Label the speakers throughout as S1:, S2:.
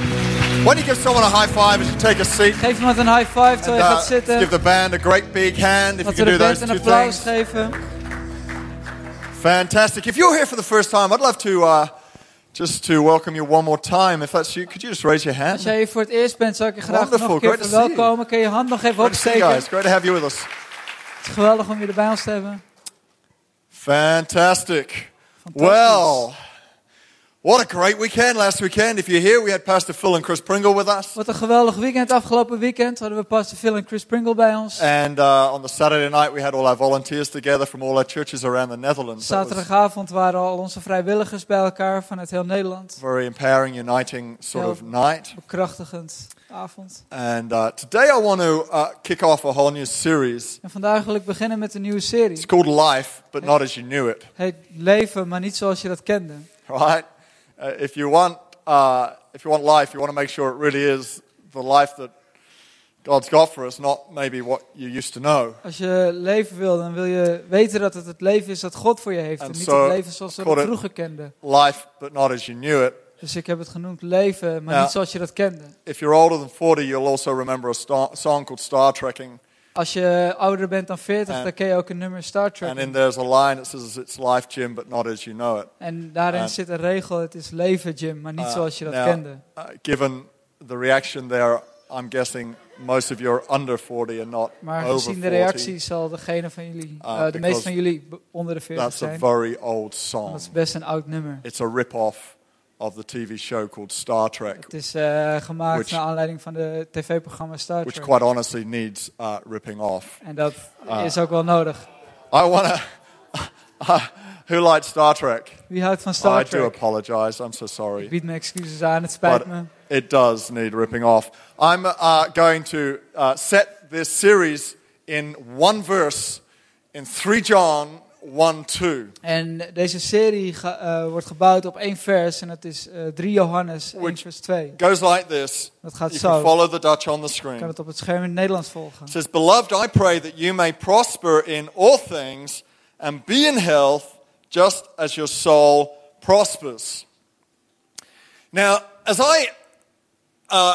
S1: Why don't you give someone a high five as you take a seat?
S2: Geef iemand een high five terwijl je
S1: Uh,
S2: gaat zitten.
S1: give the band a great big hand if you can do
S2: Laten we de
S1: those
S2: band
S1: two
S2: een applaus
S1: things.
S2: geven.
S1: Fantastic. If you're here for the first time, I'd love to uh, just to welcome you one more time. If that's you, could you just raise your hand?
S2: Als jij hier voor het eerst bent, zou ik je graag nog
S1: Wonderful,
S2: een keer
S1: great to see you.
S2: verwelkomen. Kun je je hand nog even
S1: Great to see you
S2: opsteken?
S1: guys.
S2: Het
S1: Great to have you with us.
S2: is geweldig om je erbij ons te hebben.
S1: Fantastic.
S2: Fantastisch.
S1: Well, what a great weekend last weekend. If you're here, we had Pastor Phil and Chris Pringle with us.
S2: Wat een geweldig weekend. Afgelopen weekend hadden we Pastor Phil en Chris Pringle bij ons.
S1: And uh, on the Saturday night, we had all our volunteers together from all our churches around the Netherlands. That was
S2: Zaterdagavond waren al onze vrijwilligers bij elkaar vanuit heel Nederland.
S1: very empowering, uniting sort of
S2: Yeah.
S1: night.
S2: Bekrachtigend avond.
S1: And uh, today, I want to uh, kick off a whole new series.
S2: En vandaag wil ik beginnen met een nieuwe
S1: It's
S2: serie.
S1: called Life, but not as you knew it.
S2: Heet Leven, maar niet zoals je dat kende.
S1: right? Uh, if you want, uh, if you want life, you want to make sure it really is the life that God's got for us, not maybe what you used to know.
S2: Als je leven wil, dan wil je weten dat het het leven is dat God voor je heeft. En
S1: And
S2: niet
S1: so,
S2: het leven zoals we dat
S1: God-
S2: vroeger kenden.
S1: Life, but not as you knew it.
S2: Dus ik heb het genoemd leven, maar
S1: Ja.
S2: niet zoals je dat kende.
S1: If you're older than 40, you'll also remember a star- song called Star Trekking,
S2: Als je ouder bent dan 40,
S1: En-
S2: dan ken je ook een nummer Star Trek.
S1: and in there's a line that says, "It's life, Jim, but not as you know it."
S2: en daarin
S1: en-
S2: zit een regel, het is leven Jim, maar niet
S1: Uh,
S2: zoals je dat
S1: now,
S2: kende.
S1: uh, given the reaction there, I'm guessing most of you are under 40 and not
S2: Maar
S1: over
S2: gezien de
S1: 40.
S2: reactie zal degene van jullie,
S1: Ah,
S2: eh, de meeste
S1: because
S2: van jullie be- onder de 40
S1: That's a
S2: zijn.
S1: very old song.
S2: Dat is best een oud nummer.
S1: It's a rip-off of the TV show called Star Trek,
S2: Het is eh, gemaakt
S1: Which-
S2: naar aanleiding van de tv-programma Star
S1: which
S2: Trek.
S1: quite honestly needs uh, ripping off.
S2: En dat
S1: Ah.
S2: is ook wel nodig.
S1: I want to. who likes Star Trek?
S2: Wie houdt van Star
S1: Oh, I do
S2: Trek?
S1: apologize. I'm so
S2: Ik
S1: sorry.
S2: bied me excuses aan, het spijt
S1: But
S2: me.
S1: it does need ripping off. I'm uh, going to uh, set this series in one verse in 3 John 1 2,
S2: En deze serie ge- eh, wordt gebouwd op één vers en dat is eh 3 Johannes 1
S1: Which-
S2: vers 2.
S1: goes like this.
S2: Dat gaat
S1: You
S2: zo.
S1: can follow the Dutch on the
S2: Ik kan
S1: screen.
S2: het op het scherm in het Nederlands volgen.
S1: It says, Beloved, I pray that you may prosper in all things and be in health just as your soul prospers. Now, as I uh,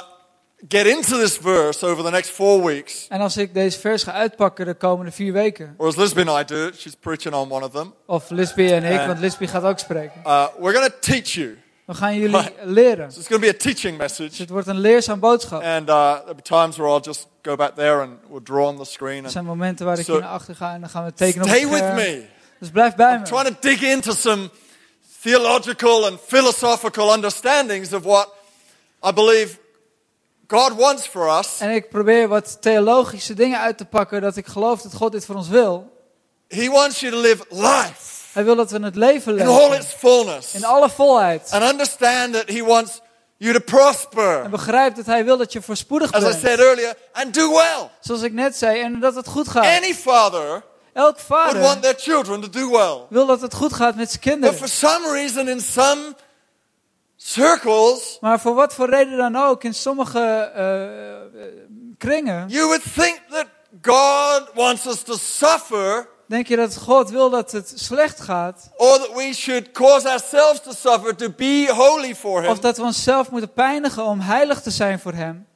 S1: get into this verse over the next four weeks,
S2: En als ik deze vers ga uitpakken de komende vier weken,
S1: or as Lisbeth and I do, she's preaching on one of them,
S2: of Lisby en ik,
S1: Eh.
S2: want Lisby gaat ook spreken,
S1: uh, we're going to teach you.
S2: dan gaan jullie leren.
S1: So it's going to be a teaching
S2: Dus
S1: message.
S2: het wordt een leerzaam boodschap.
S1: And uh, there'll be times where I'll just go back there and we'll draw on the screen
S2: Er
S1: and
S2: zijn momenten waar ik
S1: So-
S2: hier naar achter ga en dan gaan we tekenen op het
S1: stay with
S2: scherm.
S1: me.
S2: Dus blijf bij
S1: I'm
S2: me.
S1: trying to dig into some theological and philosophical understandings of what I believe God wants for us.
S2: En ik probeer wat theologische dingen uit te pakken dat ik geloof dat God dit voor ons wil.
S1: He wants you to live life
S2: Hij wil dat we het leven
S1: in all
S2: leven
S1: its fullness
S2: in alle volheid.
S1: and understand that He wants you to
S2: En
S1: prosper,
S2: begrijp dat hij wil dat je voorspoedig
S1: as I said
S2: bent.
S1: earlier, and do well.
S2: Zoals ik net zei, en dat het goed gaat.
S1: Any father
S2: Elk
S1: would want
S2: vader
S1: their children to do well.
S2: wil dat het goed gaat met zijn
S1: But
S2: kinderen.
S1: for some reason, in some circles,
S2: Maar voor wat voor reden dan ook, in sommige eh, eh, kringen,
S1: you would think that God wants us to suffer.
S2: denk je dat God wil dat het slecht gaat.
S1: or that we should cause ourselves to suffer to be holy for him.
S2: Of dat we onszelf moeten pijnigen om heilig te zijn voor Hem.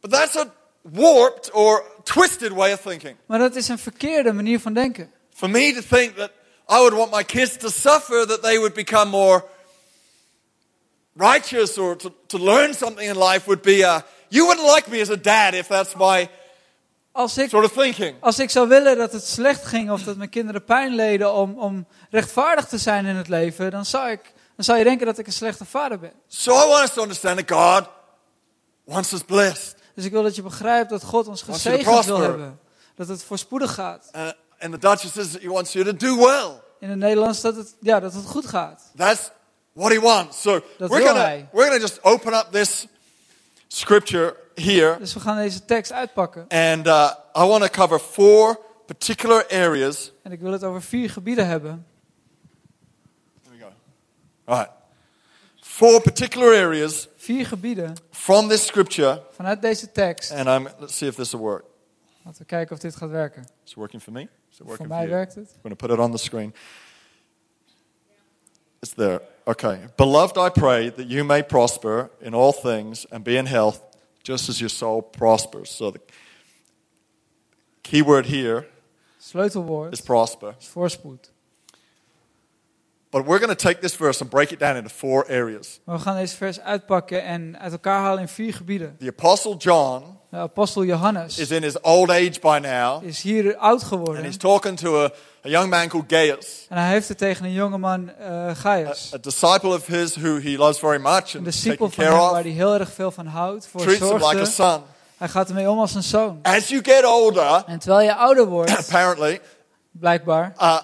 S1: But that's a warped or twisted way of thinking.
S2: Maar dat is een verkeerde manier van denken.
S1: For me to think that I would want my kids to suffer, that they would become more righteous or to, to learn something in life would be a, you wouldn't like me as a dad if that's my
S2: Als ik,
S1: sort of thinking.
S2: als ik zou willen dat het slecht ging of dat mijn kinderen pijn leden om, om rechtvaardig te zijn in het leven, dan zou, ik, dan zou je denken dat ik een slechte vader ben.
S1: So I want us to understand that God wants us blessed.
S2: Dus ik wil dat je begrijpt dat God ons
S1: Wants you to
S2: gezegend wil
S1: prosper.
S2: hebben. Dat het voorspoedig gaat.
S1: Uh, and the Duchess says that he wants you to do well.
S2: In het Nederlands dat het, ja, dat het goed gaat.
S1: That's what he wants. So
S2: Dat
S1: we're
S2: wil
S1: gonna
S2: hij.
S1: we're gonna just open up this scripture here,
S2: Dus we gaan deze tekst uitpakken.
S1: and uh, I want to cover four particular areas.
S2: En ik wil het over vier gebieden hebben.
S1: There we go. All right, four particular areas
S2: Vier gebieden
S1: from this scripture,
S2: vanuit deze tekst.
S1: and I'm let's see if this will work.
S2: Laten we kijken of dit gaat werken.
S1: It's working for me. Is it working
S2: Voor
S1: for
S2: mij
S1: you?
S2: werkt het.
S1: I'm going to put it on the screen. It's there. Okay. Beloved, I pray that you may prosper in all things and be in health just as your soul prospers. So the key word here
S2: Sleutelwoord
S1: is prosper.
S2: is voorspoed.
S1: But we're going to take this verse and break it down into four areas.
S2: Maar we gaan deze vers uitpakken en uit elkaar halen in vier gebieden.
S1: The Apostle John
S2: De apostel Johannes
S1: is in his old age by now,
S2: is hier oud
S1: and
S2: geworden.
S1: he's talking to a, a young man called Gaius,
S2: En hij heeft het tegen een jongeman, eh
S1: a,
S2: Gaius.
S1: a disciple of his who he loves very much
S2: Een
S1: and is
S2: discipel
S1: taking
S2: van
S1: care
S2: hem waar
S1: of,
S2: hij heel erg veel van houdt, voor
S1: treats him like a
S2: zorgde.
S1: son.
S2: Hij gaat ermee om als een zoon.
S1: As you get older,
S2: En terwijl je ouder wordt,
S1: apparently,
S2: blijkbaar,
S1: uh,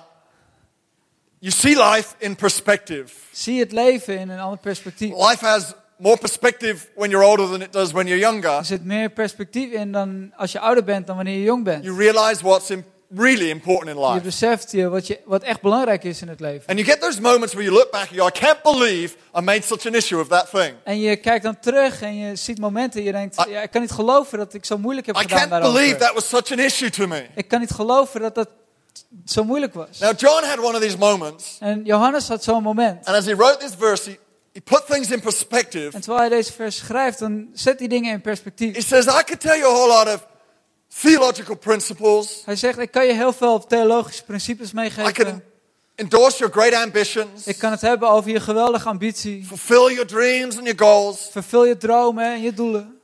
S1: you see life in perspective.
S2: zie je het leven in een ander perspectief.
S1: Life has more perspective when you're older than it does when you're younger.
S2: Er zit meer perspectief in dan als je ouder bent dan wanneer je jong bent.
S1: You realize what's im- really important in
S2: Je
S1: life.
S2: beseft je wat, je wat echt belangrijk is in het leven.
S1: And you get those moments where you look back and you go, I can't believe I made such an issue of that thing.
S2: En je kijkt dan terug en je ziet momenten en je denkt,
S1: I-
S2: ja, ik kan niet geloven dat ik zo moeilijk heb
S1: I
S2: gedaan
S1: can't believe
S2: daarover.
S1: that was such an issue to me.
S2: Ik kan niet geloven dat dat zo moeilijk was.
S1: Now, John had one of these moments,
S2: En Johannes had zo'n moment.
S1: and as he wrote this verse, he, he put things in perspective.
S2: En terwijl hij deze vers schrijft, dan zet hij dingen in
S1: He
S2: perspectief.
S1: says, I could tell you a whole lot of theological principles.
S2: Hij zegt, ik kan je heel veel theologische principes
S1: I can
S2: meegeven.
S1: endorse your great ambitions,
S2: Ik kan het hebben over je geweldige ambitie.
S1: fulfill your dreams and your goals.
S2: Vervul je dromen en je doelen.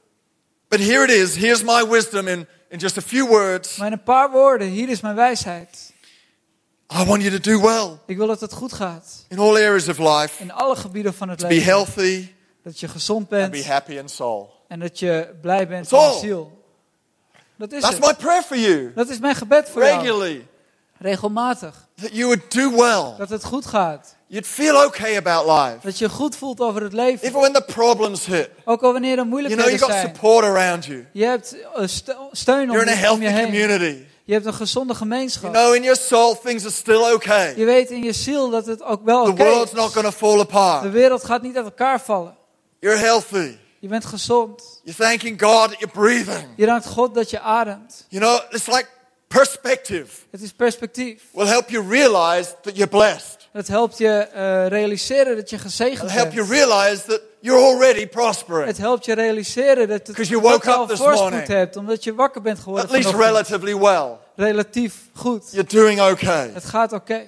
S1: But here it is. Here's my wisdom in, in just a few words.
S2: Maar in een paar woorden, hier is mijn wijsheid.
S1: I want you to do well
S2: Ik wil dat het goed gaat.
S1: in all areas of life,
S2: In alle gebieden van het
S1: to be
S2: leven.
S1: healthy
S2: Dat je gezond
S1: and be
S2: bent
S1: happy in soul.
S2: en dat je blij bent
S1: That's
S2: van je
S1: all.
S2: ziel. Dat is
S1: That's
S2: het.
S1: my prayer for you
S2: Dat is mijn gebed voor jou.
S1: regularly
S2: Regelmatig.
S1: that you would do well.
S2: Dat het goed gaat.
S1: You'd feel okay about life.
S2: Dat je goed voelt over het
S1: Even
S2: leven.
S1: when the problems hit,
S2: Ook al wanneer er
S1: you know,
S2: moeilijkheden
S1: you've got
S2: zijn.
S1: support around you.
S2: Je hebt eh, ste- steun om
S1: You're in a
S2: je, om
S1: healthy
S2: je heen.
S1: community.
S2: Je hebt een gezonde
S1: You
S2: gemeenschap.
S1: know, in your soul, things are still okay.
S2: Je weet in je ziel dat het ook wel
S1: The
S2: oké
S1: world's not
S2: is.
S1: going to fall
S2: De
S1: apart.
S2: wereld gaat niet uit elkaar vallen.
S1: You're healthy.
S2: Je bent gezond.
S1: You're thanking God that you're breathing.
S2: Je dankt God dat je ademt.
S1: You know, it's like perspective
S2: Het is perspectief.
S1: will help you realize that you're blessed.
S2: Het helpt je eh, realiseren dat je
S1: It'll
S2: gezegend
S1: help you
S2: bent.
S1: realize that you're already prospering,
S2: Het helpt je realiseren dat, het,
S1: 'Cause you
S2: dat
S1: woke
S2: je al
S1: up this
S2: voorspoed
S1: morning.
S2: hebt. Omdat je wakker bent geworden
S1: at least
S2: vanochtend.
S1: relatively well.
S2: relatief goed.
S1: You're doing okay.
S2: Het gaat oké.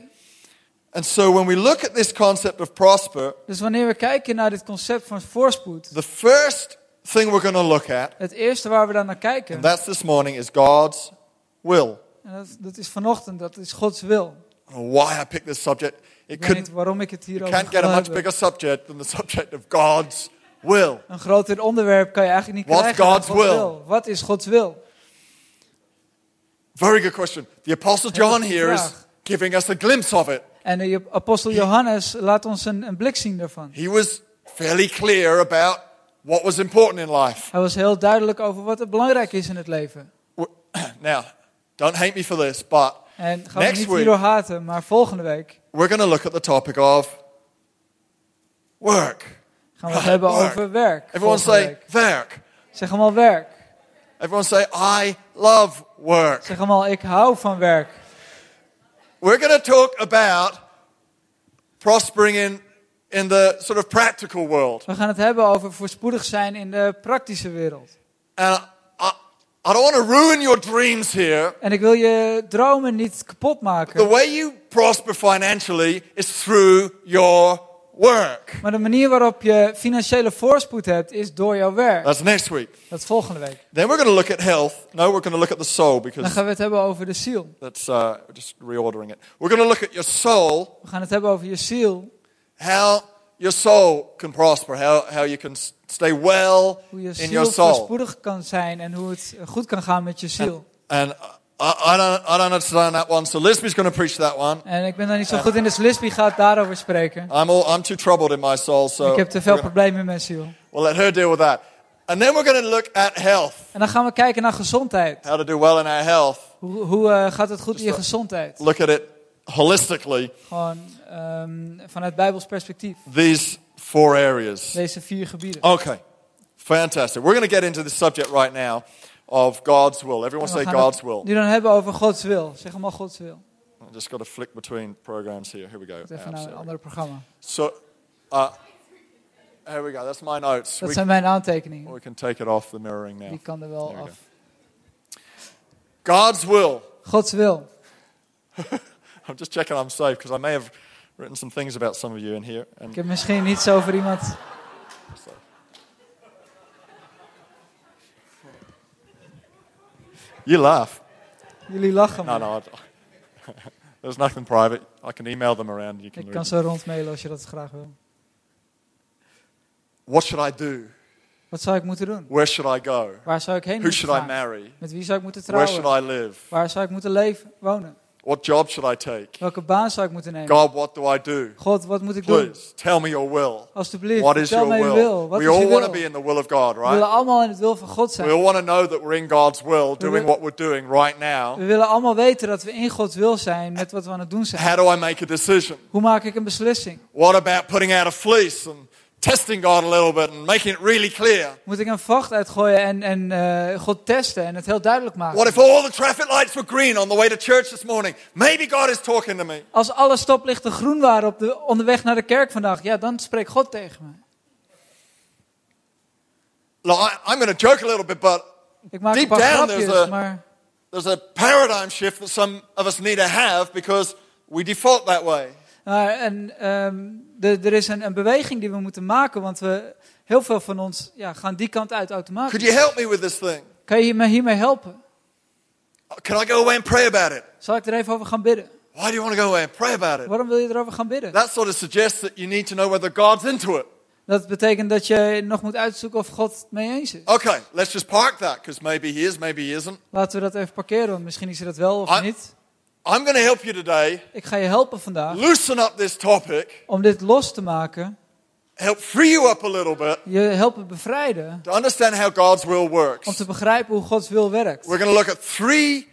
S1: And so when we look at this concept of prosper,
S2: Dus wanneer we kijken naar dit concept van voorspoed.
S1: the first thing we're going to look at,
S2: Het eerste waar we dan naar kijken.
S1: and that's this morning, is God's will.
S2: en dat, dat is vanochtend. Dat is Gods wil.
S1: I don't know why I picked this subject. It
S2: Ik weet niet
S1: couldn't,
S2: waarom ik het hier over
S1: can't get a much
S2: heb.
S1: bigger subject than the subject of God's will.
S2: Een groter onderwerp kan je eigenlijk niet
S1: What's
S2: krijgen. dan
S1: God's
S2: Gods
S1: will?
S2: Wat is Gods wil?
S1: Very good question. The Apostle John
S2: goede
S1: here is
S2: vraag.
S1: giving us a glimpse of it.
S2: En de apostel Johannes laat ons een, een blik zien daarvan.
S1: He was fairly clear about what was important in life.
S2: Hij was heel duidelijk over wat er belangrijk is in het leven.
S1: W- Now, don't hate me for this, but
S2: En gaan we
S1: Next
S2: niet
S1: week.
S2: hierdoor haten, maar volgende week
S1: we're going to look at the topic of work.
S2: gaan we het hebben
S1: Work.
S2: over werk.
S1: Everyone
S2: Volgende
S1: say
S2: week.
S1: werk.
S2: Zeg allemaal werk.
S1: Everyone say I love work.
S2: Zeg allemaal ik hou van werk.
S1: We're going to talk about prospering in in the sort of practical world.
S2: We gaan het hebben over voorspoedig zijn in de praktische wereld.
S1: And I, I don't want to ruin your dreams here.
S2: En ik wil je dromen niet kapot
S1: The
S2: maken.
S1: way you prosper financially is through your work.
S2: Maar de manier waarop je financiële voorspoed hebt, is door jouw werk.
S1: That's next week.
S2: Dat is volgende week.
S1: Then we're going to look at health. No, we're going to look at the soul
S2: Dan
S1: because
S2: gaan we het hebben over de ziel.
S1: that's uh, just reordering it. We're going to look at your soul,
S2: We gaan het hebben over je ziel.
S1: how your soul can prosper, how, how you can s- stay well
S2: Hoe je
S1: in your
S2: ziel
S1: soul.
S2: voorspoedig kan zijn en hoe het goed kan gaan met je ziel.
S1: And I, I, don't, I don't understand that one, so Lisby's going to preach that one.
S2: En ik ben daar niet zo goed in, dus Lisby gaat daarover spreken.
S1: I'm, all, I'm too troubled in my soul, so
S2: Ik heb te
S1: we're
S2: veel
S1: gonna-
S2: problemen in mijn ziel.
S1: we'll let her deal with that. And then we're going to look at health,
S2: En dan gaan we kijken naar gezondheid.
S1: how to do well in our health,
S2: Hoe, hoe eh, gaat het goed in je
S1: Dus dat-
S2: gezondheid?
S1: look at it holistically,
S2: Gewoon ehm, vanuit Bijbels perspectief.
S1: these four areas.
S2: Deze vier gebieden.
S1: Okay, fantastic. We're going to get into the subject right now of God's will. Everyone
S2: En we
S1: say
S2: gaan het
S1: God's will.
S2: Nu dan hebben over Gods wil. Zeg allemaal Gods wil.
S1: just got to flick between programs here. Here we go.
S2: Even
S1: Apps,
S2: naar
S1: there
S2: een
S1: we
S2: ander programma.
S1: So, uh, here we go. That's my notes.
S2: Dat
S1: We, Oh,
S2: zijn mijn aantekeningen.
S1: we can take it off the mirroring now.
S2: Die kan er wel
S1: There we
S2: af.
S1: God's will.
S2: Gods wil.
S1: I'm just checking I'm safe because I may have written some things about some of you in here.
S2: Ik
S1: And
S2: heb misschien iets over iemand.
S1: you laugh.
S2: Jullie lachen.
S1: No,
S2: maar.
S1: no. I- there's nothing private. I can email them around. You can
S2: Ik
S1: read them.
S2: kan zo rondmailen als je dat graag wil.
S1: What should I do?
S2: Wat zou ik moeten doen?
S1: Where should I go?
S2: Waar zou ik heen
S1: Who
S2: moeten
S1: should I
S2: gaan?
S1: marry?
S2: Met wie zou ik moeten
S1: Where should
S2: trouwen?
S1: I live?
S2: Waar zou ik moeten leven, wonen?
S1: What job should I take?
S2: Welke baan zou ik moeten nemen?
S1: God, what do I do? Oh,
S2: God, wat moet ik doen?
S1: Please tell me your will.
S2: Alsjeblieft,
S1: What is
S2: vertel
S1: your
S2: mij uw
S1: will?
S2: wil. Wat
S1: We
S2: is uw
S1: all want to
S2: wil?
S1: be in the will of God,
S2: We willen
S1: right?
S2: allemaal in het wil van God
S1: We
S2: zijn.
S1: all want to know that we're in God's will, doing
S2: willen-
S1: what we're doing right
S2: We
S1: now.
S2: willen allemaal weten dat we in Gods wil zijn met wat we aan het doen zijn.
S1: How do I make a decision?
S2: Hoe maak ik een beslissing?
S1: What about putting out a fleece and testing God a little bit and making it really clear?
S2: Moet ik een vacht uitgooien en, en eh, God testen en het heel duidelijk maken?
S1: What if all the traffic lights were green on the way to church this morning? Maybe God is talking to me.
S2: Als alle stoplichten groen waren op de, onderweg naar de kerk vandaag, ja, dan spreekt God tegen me.
S1: Look, I, I'm going to joke a little bit, but
S2: Ik maak
S1: Deep
S2: een paar
S1: down
S2: grapjes,
S1: there's a-
S2: maar
S1: there's a paradigm shift that some of us need to have because we default that way.
S2: maar en, ehm, de- er is een, een beweging die we moeten maken, want we, heel veel van ons ja, gaan die kant uit
S1: Could
S2: automatisch.
S1: you help me with this thing?
S2: Kan je me hiermee helpen?
S1: Can I go away and pray about it?
S2: Zal ik er even over gaan bidden?
S1: Why do you want to go away and pray about it?
S2: Waarom wil je erover gaan bidden?
S1: That sort of suggests that you need to know whether God's into it.
S2: Dat betekent dat je nog moet uitzoeken of God het mee eens is.
S1: Okay, let's just park that because maybe he is, maybe he isn't.
S2: Laten we dat even parkeren, want misschien is er dat wel
S1: Ah.
S2: of niet.
S1: I'm going to help you today
S2: Ik ga je helpen vandaag
S1: loosen up this topic,
S2: om dit los te maken.
S1: help free you up a little bit
S2: Je helpen bevrijden
S1: to understand how God's will
S2: om
S1: works.
S2: te begrijpen hoe Gods wil werkt.
S1: We're going to look at three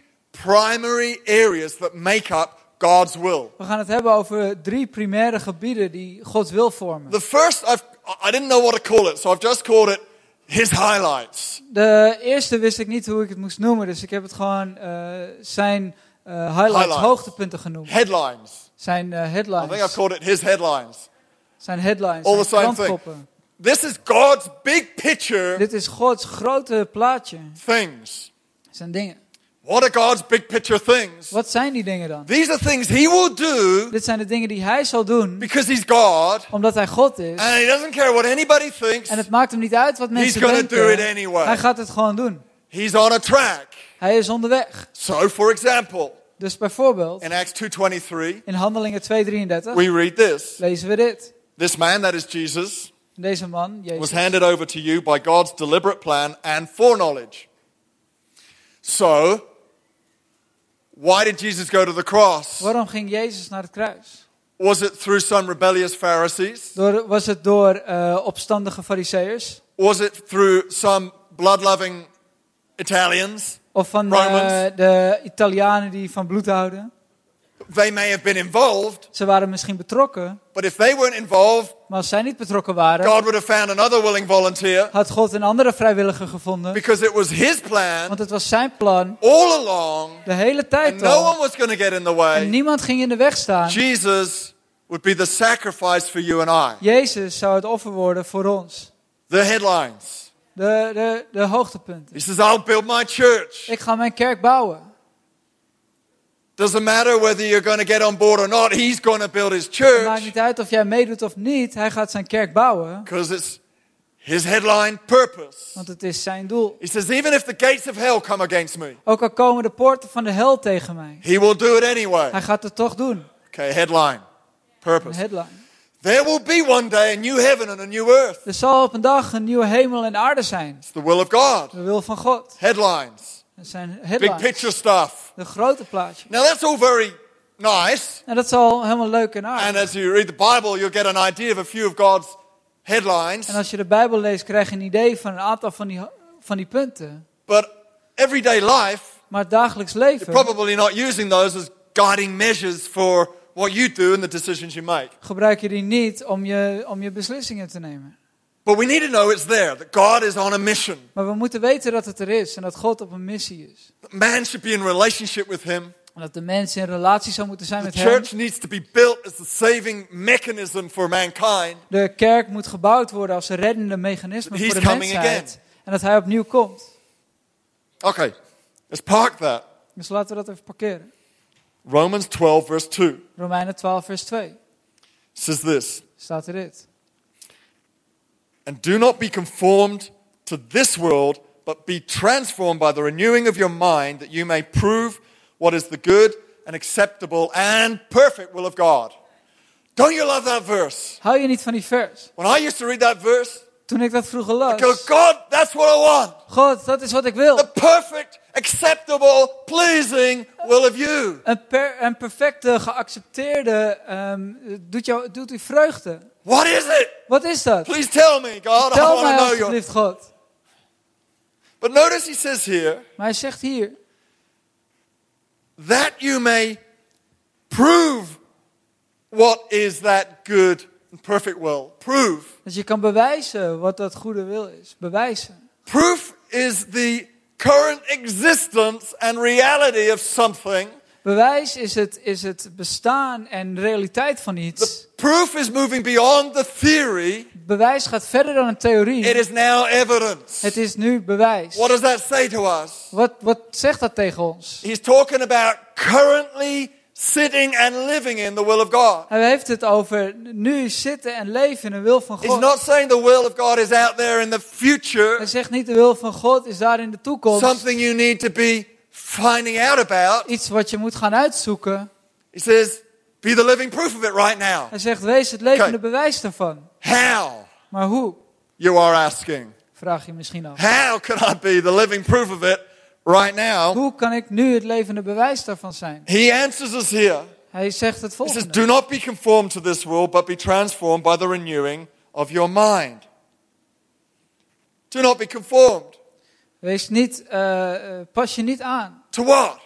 S1: primary areas that make up God's will.
S2: We gaan het hebben over drie primaire gebieden die Gods wil vormen.
S1: The first, I've, I didn't know what to call it, so I've just called it His Highlights.
S2: De eerste wist ik niet hoe ik het moest noemen, dus ik heb het gewoon eh, zijn eh, highlights,
S1: Highlights. Oh,
S2: hoogtepunten genoemd.
S1: Headlines.
S2: Zijn eh,
S1: I think I've
S2: headlines,
S1: called it His Headlines.
S2: zijn headlines,
S1: All the
S2: zijn
S1: same thing.
S2: krantkoppen.
S1: This is God's big picture
S2: Dit is Gods grote plaatje,
S1: things.
S2: zijn dingen.
S1: What are God's big picture things?
S2: Wat zijn die dingen dan?
S1: These are things He will do
S2: Dit zijn de dingen die hij zal doen,
S1: because He's God,
S2: omdat hij God is.
S1: and He doesn't care what anybody thinks.
S2: En het maakt hem niet uit wat mensen
S1: gonna do it
S2: denken.
S1: anyway.
S2: Hij gaat het gewoon doen.
S1: He's on a track.
S2: Hij is onderweg.
S1: So, for example,
S2: Dus bijvoorbeeld,
S1: in Acts 2.23,
S2: in Handelingen 2.33
S1: we read this.
S2: lezen we dit.
S1: This man, that is Jesus,
S2: Deze man,
S1: was
S2: Jezus,
S1: handed over to you by God's deliberate plan and foreknowledge. So, why did Jesus go to the cross?
S2: waarom ging Jezus naar het kruis?
S1: Was it through some rebellious Pharisees?
S2: Door, was het door eh, opstandige fariseërs?
S1: Was it through some blood loving Italians?
S2: Of van de,
S1: Romans.
S2: de Italianen die van bloed houden?
S1: They may have been involved,
S2: Ze waren misschien betrokken,
S1: but if they weren't involved,
S2: maar als zij niet betrokken waren,
S1: God would have found another willing volunteer
S2: had God een andere vrijwilliger gevonden.
S1: because it was his plan
S2: Want het was zijn plan
S1: all along,
S2: de hele
S1: and
S2: tijd
S1: no
S2: al.
S1: one was going to get in the
S2: En
S1: way.
S2: niemand ging in de weg staan.
S1: Jesus would be the sacrifice for you and I.
S2: Jezus zou het offer worden voor ons.
S1: The headlines.
S2: De, de, de hoogtepunten.
S1: He says, I'll build my church.
S2: Ik ga mijn kerk bouwen.
S1: Doesn't matter whether you're going to get on board or not, he's going to build his
S2: Het maakt
S1: church
S2: niet uit of jij meedoet of niet. Hij gaat zijn kerk bouwen,
S1: because it's his headline purpose.
S2: want het is zijn doel.
S1: He says, even if the gates of hell come against me,
S2: Ook al komen de poorten van de hel tegen mij.
S1: he will do it anyway.
S2: Hij gaat het toch doen.
S1: Okay, headline
S2: Een
S1: purpose.
S2: headline.
S1: There will be one day a new heaven and a new earth.
S2: Er zal op een dag een nieuwe hemel en aarde zijn.
S1: It's the will of God.
S2: De wil van God.
S1: Headlines,
S2: Dat zijn
S1: big
S2: headlines.
S1: picture stuff.
S2: De grote plaatje.
S1: Now, that's all very nice.
S2: En dat is al helemaal leuk en
S1: And
S2: aardig.
S1: as you read the Bible, you'll get an idea of a few of God's headlines.
S2: En als je de Bijbel leest, krijg je een idee van een aantal van die, van die punten.
S1: But everyday life,
S2: Maar het dagelijks
S1: You're
S2: leven
S1: probably not using those as guiding measures for what you do and the decisions you make.
S2: gebruik je die niet om je, om je beslissingen te nemen.
S1: But we need to know it's there, that God is on a mission.
S2: Maar we moeten weten dat het er is en dat God op een missie is.
S1: That man should be in relationship with Him.
S2: En dat de mens in relatie zou moeten zijn
S1: The
S2: met hem.
S1: church needs to be built as the saving mechanism for mankind.
S2: De kerk moet gebouwd worden als een reddende mechanisme
S1: He's
S2: voor de
S1: coming
S2: mensheid.
S1: again.
S2: En dat hij opnieuw komt.
S1: Okay, let's park that.
S2: Dus laten we dat even parkeren.
S1: Romans 12, verse 2
S2: Romeinen 12 vers 2
S1: says this
S2: staat er dit.
S1: And do not be conformed to this world, but be transformed by the renewing of your mind, that you may prove what is the good and acceptable and perfect will of God. Don't you love that verse?
S2: Hou je niet van die vers?
S1: When I used to read that verse,
S2: Toen ik dat vroeger
S1: I go,
S2: las.
S1: God, that's what I want.
S2: God, dat is wat ik wil.
S1: The perfect, acceptable, pleasing will of you.
S2: Een, per, een perfecte, geaccepteerde, ehm, doet, jou, doet u vreugde.
S1: What is it?
S2: Wat is dat?
S1: Please tell me, God. I
S2: Tel
S1: want to
S2: mij
S1: know you.
S2: alsjeblieft, God.
S1: But notice he says here
S2: Maar hij zegt hier,
S1: that you may prove what is that good and perfect will. Prove.
S2: dat je kan bewijzen wat dat goede wil is. Bewijzen.
S1: Proof is the current existence and reality of something.
S2: Bewijs is het, is het bestaan en realiteit van iets.
S1: Proof is moving beyond the theory.
S2: Bewijs gaat verder dan een
S1: It
S2: theorie.
S1: is now evidence.
S2: Het is nu bewijs.
S1: What does that say to us?
S2: Wat, wat zegt dat tegen ons?
S1: He's talking about currently sitting and living in the will of God.
S2: Hij heeft het over nu zitten en leven in de wil van
S1: He's
S2: God.
S1: not saying the will of God is out there in the future,
S2: Hij zegt niet de wil van God is daar in de toekomst.
S1: something you need to be finding out about.
S2: Iets wat je moet gaan uitzoeken.
S1: He says, be the living proof of it right now.
S2: Hij zegt, wees het levende
S1: Kijk.
S2: bewijs daarvan.
S1: How?
S2: Maar hoe?
S1: You are asking.
S2: Vraag je misschien af.
S1: How can I be the living proof of it right now?
S2: Hoe kan ik nu het levende bewijs daarvan zijn?
S1: He answers us here.
S2: Hij zegt
S1: He
S2: het
S1: says,
S2: volgende.
S1: do not be conformed to this world, but be transformed by the renewing of your mind. Do not be conformed.
S2: Wees niet, eh, eh, pas je niet aan.
S1: To what?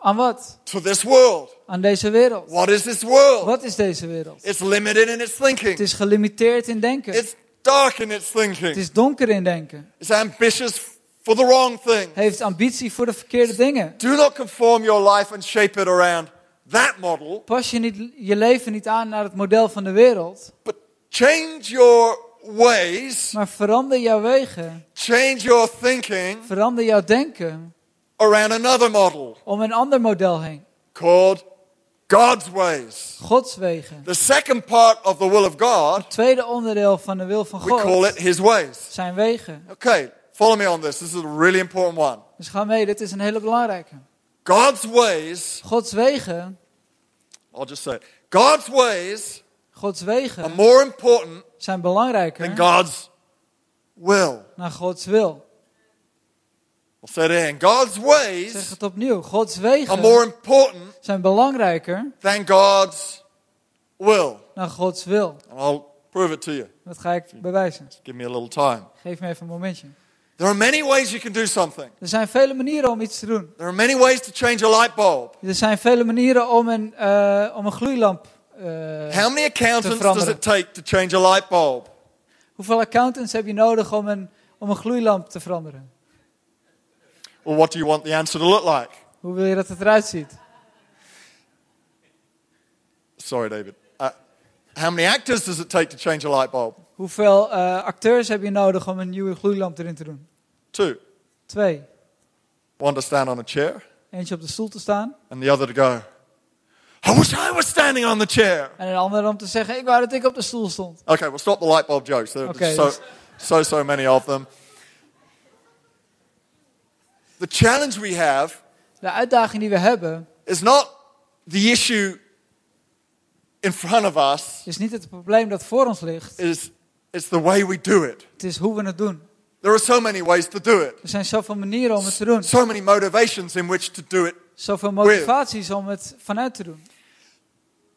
S2: Aan wat?
S1: To this world.
S2: Aan deze wereld.
S1: What is this world?
S2: Wat is deze wereld?
S1: It's limited in its thinking.
S2: Het is gelimiteerd in denken.
S1: It's dark in its
S2: Het
S1: thinking.
S2: is donker in denken.
S1: It's ambitious for the wrong thing.
S2: Heeft ambitie voor de verkeerde dingen.
S1: Do not conform your life and shape it around that model,
S2: Pas je niet, je leven niet aan naar het model van de wereld.
S1: but change your ways,
S2: Maar verander jouw wegen.
S1: change your thinking
S2: Verander jouw denken.
S1: around another model
S2: Om een ander model heen.
S1: called God's ways.
S2: Gods wegen.
S1: The second part of the will of God,
S2: Tweede onderdeel van de wil van
S1: we call it
S2: God
S1: His ways.
S2: zijn wegen.
S1: Okay, follow me on this. This is a really important one.
S2: Dus ga mee, dit is een hele belangrijke.
S1: God's ways,
S2: Gods wegen,
S1: I'll just say it, God's ways
S2: Gods
S1: are
S2: wegen
S1: more important than
S2: zijn belangrijker
S1: God's will.
S2: dan Gods wil.
S1: I'll say it again. God's
S2: Ik Zeg
S1: ways
S2: het opnieuw. Gods
S1: are more
S2: wegen
S1: important
S2: zijn belangrijker
S1: than God's will.
S2: dan Gods wil.
S1: And I'll prove it to you.
S2: Dat ga ik bewijzen.
S1: Give me a little time.
S2: Geef me even een momentje.
S1: There are many ways you can do something.
S2: Er zijn vele manieren om iets te doen.
S1: There are many ways to change a light bulb.
S2: Er zijn vele manieren om een, eh, om een gloeilamp. eh,
S1: How many accountants
S2: Te veranderen.
S1: does it take to change a light bulb?
S2: hoeveel accountants heb je nodig om een, om een gloeilamp te veranderen?
S1: Or what do you want the answer to look like?
S2: Hoe wil je dat het eruit ziet?
S1: Sorry, David. Uh, how many actors does it take to change a light bulb?
S2: Hoeveel eh, acteurs heb je nodig om een nieuwe gloeilamp erin te doen?
S1: Two.
S2: Twee.
S1: One to stand on a chair
S2: Eentje op de stoel te staan.
S1: and the other to go, I wish I was standing on the chair.
S2: En een ander om te zeggen, ik wou dat ik op de stoel stond.
S1: Okay, we'll stop the light bulb jokes. There are
S2: Okay,
S1: so,
S2: let's-
S1: so, so many of them. The challenge we have
S2: De uitdaging die we hebben,
S1: is not the issue in front of us,
S2: is niet het probleem dat voor ons ligt.
S1: is, it's the way we do it.
S2: Het is hoe we het doen.
S1: There are so many ways to do it,
S2: Er zijn zoveel manieren om het te doen.
S1: so many motivations in which to do it.
S2: Zoveel motivaties om het vanuit te doen.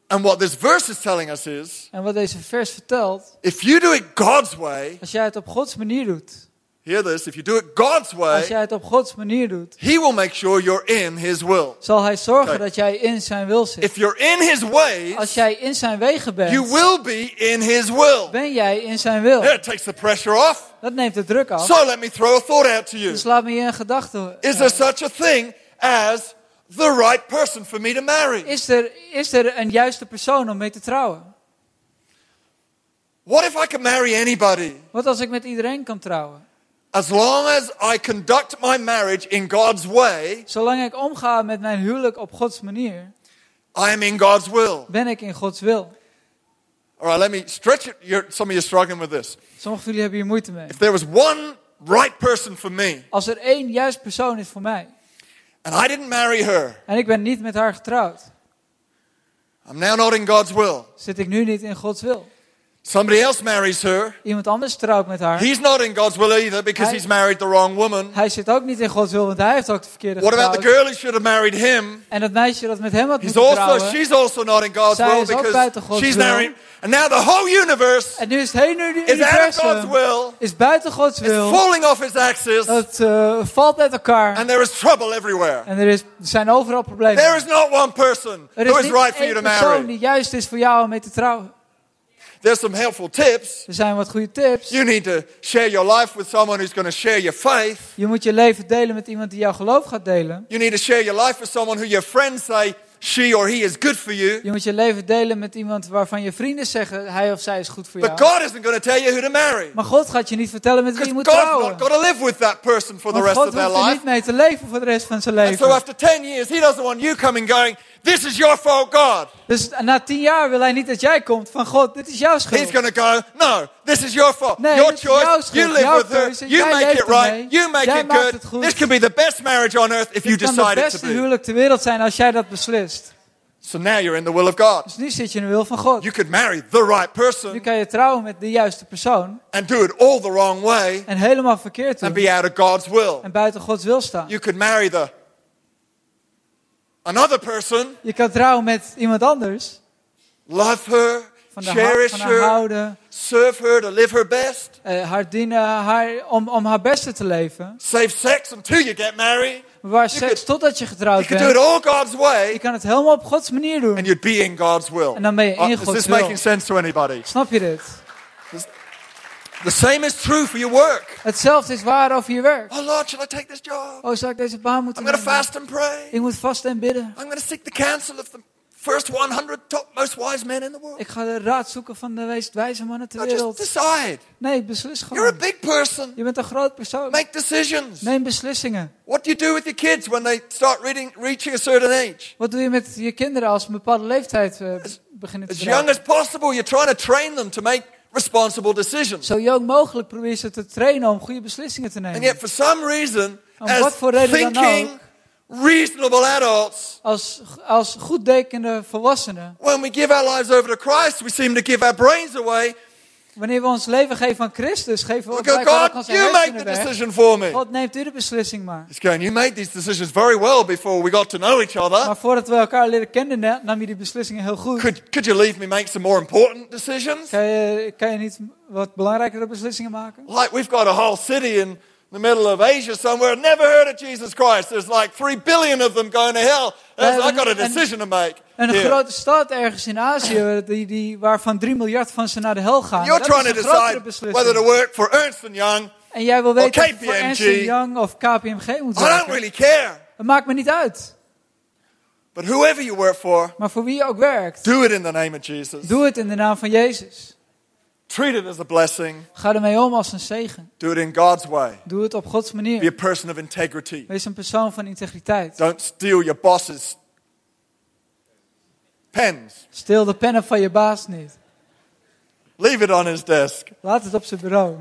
S1: And what this verse is telling us is
S2: En wat deze vers vertelt,
S1: if you do it God's way,
S2: als jij het op Gods manier doet,
S1: hear this, if you do it God's
S2: als
S1: way,
S2: jij het op Gods manier doet,
S1: He will make sure you're in His will.
S2: zal hij zorgen
S1: Kijk.
S2: dat jij in zijn wil zit.
S1: If you're in His ways,
S2: Als jij in zijn wegen
S1: You
S2: bent,
S1: will be in his will.
S2: ben jij in zijn wil.
S1: It takes the pressure off.
S2: Dat neemt de druk af.
S1: So let me throw a thought out to you.
S2: Dus laat me je een gedachte.
S1: Is there such a thing as the right person for me to marry?
S2: Is er, is er een juiste persoon om mee te trouwen?
S1: What if I can marry anybody?
S2: Wat als ik met iedereen kan trouwen?
S1: As long as I conduct my marriage in God's way,
S2: Zolang ik omga met mijn huwelijk op Gods manier,
S1: I am in God's will.
S2: ben ik in Gods wil.
S1: All right, let me stretch it. You're, some of you are struggling with this.
S2: Sommige van jullie hebben hier moeite mee.
S1: If there was one right person for me
S2: Als er één juist persoon is voor mij
S1: and I didn't marry her,
S2: en ik ben niet met haar getrouwd,
S1: I'm now not in God's will.
S2: zit ik nu niet in Gods wil.
S1: Somebody else marries her.
S2: Iemand anders trouwt met haar.
S1: He's not in God's will either because
S2: Hey.
S1: he's married the wrong woman.
S2: Hij zit ook niet in Gods wil, want hij heeft ook de verkeerde
S1: What about the
S2: getrouwd.
S1: girl who should have married him?
S2: En dat meisje dat met hem had
S1: He's
S2: moeten
S1: also,
S2: trouwen.
S1: she's also not in God's
S2: Zij
S1: will
S2: is ook buiten
S1: because
S2: Gods
S1: she's
S2: wil.
S1: married. And now the whole universe
S2: En nu is het hele
S1: is out of
S2: universum
S1: God's will.
S2: is buiten Gods
S1: It's
S2: wil.
S1: falling off its axis.
S2: Het eh, valt uit elkaar.
S1: And there is trouble everywhere.
S2: en er, is, er zijn overal problemen.
S1: There is not one person
S2: er
S1: who
S2: is
S1: is
S2: niet
S1: right for you
S2: één
S1: to
S2: persoon
S1: marry.
S2: die juist is voor jou om mee te trouwen.
S1: There's some helpful tips.
S2: Er zijn wat goede tips.
S1: You need to share your life with someone who's going to share your faith.
S2: Je moet je leven delen met iemand die jouw geloof gaat delen.
S1: You need to share your life with someone who your friends say she or he is good for you.
S2: Je moet je leven delen met iemand waarvan je vrienden zeggen hij of zij is goed voor
S1: But
S2: jou.
S1: God isn't going to tell you who to marry.
S2: Maar God gaat je niet vertellen met wie je
S1: Because
S2: moet
S1: God's
S2: trouwen.
S1: not going to live with that person for the
S2: Want
S1: rest
S2: God
S1: of their
S2: hoeft er
S1: life.
S2: niet mee te leven voor de rest van zijn
S1: And so
S2: leven.
S1: after 10 years, he doesn't want you coming going, this is your fault, God.
S2: Dus na tien jaar wil hij niet dat jij komt van God, dit is jouw
S1: He's
S2: schuld.
S1: going to go, no, this is your fault.
S2: Nee,
S1: your
S2: dit is jouw
S1: choice.
S2: schuld,
S1: You live
S2: jouw
S1: with her.
S2: keuze,
S1: You
S2: jij
S1: make
S2: leeft
S1: it right.
S2: ermee,
S1: You make
S2: jij
S1: it
S2: maakt
S1: good.
S2: het goed.
S1: This could be the best marriage on earth if you
S2: Het kan het
S1: decide it to
S2: beste
S1: be.
S2: huwelijk ter wereld zijn als jij dat beslist.
S1: So now you're in the will of God.
S2: Dus nu zit je in de wil van God.
S1: You could marry the right
S2: Nu
S1: person
S2: kan je trouwen met de juiste persoon
S1: and do it all the wrong way
S2: en helemaal verkeerd
S1: and
S2: doen
S1: be out of God's will.
S2: en buiten Gods wil staan.
S1: You could marry the another person,
S2: Je kan trouwen met iemand anders,
S1: love her,
S2: van haar, hou-
S1: cherish
S2: van haar
S1: her,
S2: houden,
S1: serve her to live her best,
S2: eh, haar dienen, haar, om, om haar beste te leven.
S1: save sex until you get married.
S2: Waar
S1: Je
S2: seks
S1: kunt-
S2: totdat je
S1: You
S2: getrouwd
S1: could do it
S2: bent.
S1: all God's
S2: Je
S1: way
S2: kan het helemaal op Gods manier
S1: and
S2: doen.
S1: you'd be in God's will.
S2: En dan ben je
S1: Uh,
S2: in
S1: is
S2: Gods
S1: this
S2: wil.
S1: making sense to anybody?
S2: Snap je dit?
S1: The same is true for your work.
S2: Hetzelfde is waar over je werk.
S1: Oh Lord, shall I take this job?
S2: Oh, zou ik deze baan moeten
S1: I'm going to
S2: nemen?
S1: fast and pray.
S2: Ik moet vasten en bidden.
S1: I'm going to seek the counsel of the first 100 top most wise men in the world.
S2: Ik ga de raad zoeken van de meest wijze mannen ter
S1: No, Nou, just
S2: wereld.
S1: decide.
S2: Nee, beslis
S1: You're a
S2: gewoon.
S1: big person.
S2: Je bent een groot persoon.
S1: Make decisions.
S2: Neem beslissingen.
S1: What do you do with your kids when they start reading, reaching a certain age?
S2: Wat doe je met je kinderen als ze een bepaalde leeftijd eh, beginnen te
S1: As young
S2: bereiken?
S1: as possible, you're trying to train them to make responsible decisions.
S2: Zo jong mogelijk probeer je ze te trainen om goede beslissingen te
S1: And
S2: nemen.
S1: yet, for some reason,
S2: Om
S1: as
S2: wat voor reden dan
S1: thinking, reasonable adults,
S2: Als, als goed dekende volwassenen,
S1: when we give our lives over to Christ, we seem to give our brains away.
S2: wanneer we ons leven geven aan Christus, geven we
S1: We
S2: ook
S1: go,
S2: blijkbaar ook
S1: God,
S2: onze
S1: you make
S2: hersenen
S1: the
S2: weg.
S1: decision for me.
S2: God, neemt u de beslissing maar.
S1: He's going, you made these decisions very well before we got to know each other.
S2: Maar voordat we elkaar leren kennen, ne- nam je die beslissingen heel goed.
S1: Could, could you leave me make some more important decisions?
S2: Kan je, kan je niet wat belangrijkere beslissingen maken?
S1: Like we've got a whole city in the middle of Asia somewhere, never heard of Jesus Christ. There's like three billion of them going to hell. And
S2: Uh,
S1: I've got a
S2: and-
S1: decision to make.
S2: En een
S1: here.
S2: grote stad ergens in Azië, die, die, waarvan 3 miljard van ze naar de hel gaan.
S1: You're
S2: dat
S1: trying
S2: is
S1: to
S2: een grotere
S1: decide whether to
S2: beslissing.
S1: work for Ernst and Young.
S2: En jij wil
S1: or
S2: weten of je voor
S1: KPMG.
S2: Ernst Young of KPMG
S1: I don't
S2: moet werken.
S1: really care.
S2: Het maakt me niet uit.
S1: But whoever you work for,
S2: Maar voor wie je ook werkt,
S1: do it in the name of Jesus.
S2: doe het in de naam van Jezus.
S1: Treat it as a blessing.
S2: Ga ermee om als een zegen.
S1: Do it in God's way.
S2: Doe het op Gods
S1: Be a
S2: manier.
S1: person of integrity.
S2: Wees een persoon van integriteit.
S1: Don't steal your boss's pens.
S2: Steel de pennen van je baas niet.
S1: Leave it on his desk.
S2: Laat het op zijn bureau.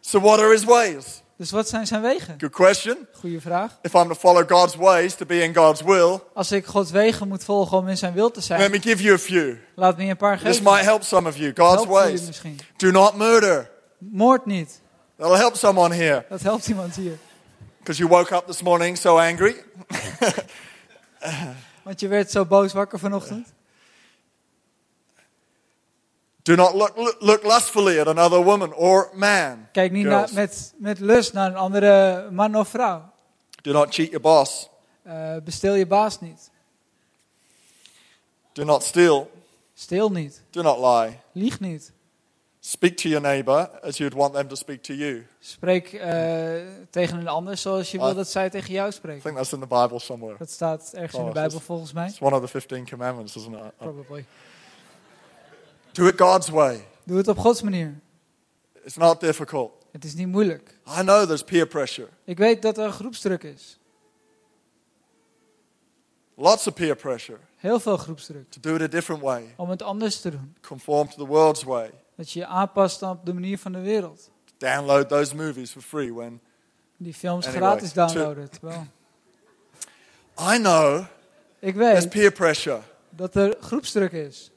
S1: So, what are his ways?
S2: Dus wat zijn zijn wegen?
S1: Good question.
S2: Goeie vraag.
S1: If I'm to follow God's ways to be in God's will,
S2: Als ik Gods wegen moet volgen om in zijn wil te
S1: let
S2: zijn,
S1: me give you a few.
S2: laat me je een paar
S1: This
S2: geven.
S1: might help some of you. God's
S2: Helpt jullie
S1: ways.
S2: misschien.
S1: Do not murder.
S2: Moord niet.
S1: That'll help someone here
S2: Dat helpt iemand hier.
S1: because you woke up this morning so angry.
S2: Want je werd zo boos wakker vanochtend.
S1: Do not look, look, look lustfully at another woman or man.
S2: Kijk niet
S1: Girls.
S2: naar, met, met lust naar een andere man of vrouw.
S1: Do not cheat your boss.
S2: Eh, bestel je baas niet.
S1: Do not steal.
S2: Steel niet.
S1: Do not lie.
S2: Lieg niet.
S1: Speak to your neighbor as you'd want them to speak to you.
S2: Spreek eh, tegen een ander zoals je
S1: Ah.
S2: wil dat zij tegen jou
S1: I
S2: spreken.
S1: think that's in the Bible somewhere.
S2: Dat staat ergens in de
S1: Oh,
S2: Bijbel
S1: dat is-
S2: volgens mij.
S1: It's one of the 15 commandments, isn't it?
S2: Probably.
S1: Do it God's way.
S2: Doe het op Gods manier.
S1: It's not difficult.
S2: Het is niet moeilijk.
S1: I know there's peer pressure,
S2: Ik weet dat er groepsdruk is.
S1: lots of peer pressure
S2: Heel veel groepsdruk.
S1: to do it a different way,
S2: Om het anders te doen.
S1: conform to the world's way.
S2: Dat je je aanpast aan op de manier van de wereld.
S1: Download those movies for free when
S2: Die films
S1: Anyway,
S2: gratis downloaden. Terwijl
S1: I know
S2: ik
S1: there's
S2: weet
S1: peer pressure
S2: dat er groepsdruk is.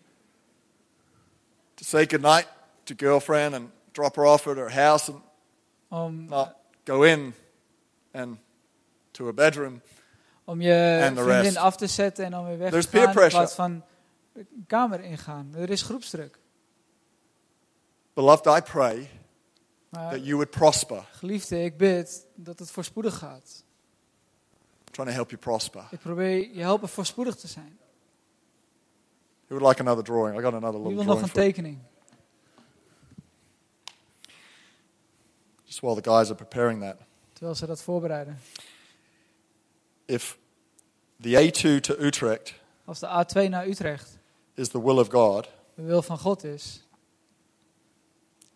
S1: to say goodnight to girlfriend and drop her off at her house and
S2: Om,
S1: not go in and to her bedroom.
S2: om je
S1: And the
S2: vriendin
S1: rest.
S2: af te zetten en dan weer weg
S1: There's
S2: te
S1: peer
S2: gaan. In
S1: pressure.
S2: plaats van de kamer ingaan. Er is groepsdruk.
S1: Beloved, I pray
S2: Maar
S1: that you would prosper.
S2: Geliefde, ik bid dat het voorspoedig gaat.
S1: I'm trying to help you prosper.
S2: Ik probeer je helpen voorspoedig te zijn.
S1: Who would like another drawing? I got another
S2: Wie
S1: little
S2: wil nog
S1: drawing. For you.
S2: een tekening?
S1: Just while the guys are preparing that.
S2: Terwijl ze dat voorbereiden.
S1: If the A2 to Utrecht
S2: Als de A2 naar Utrecht
S1: is the will of God,
S2: de wil van God is.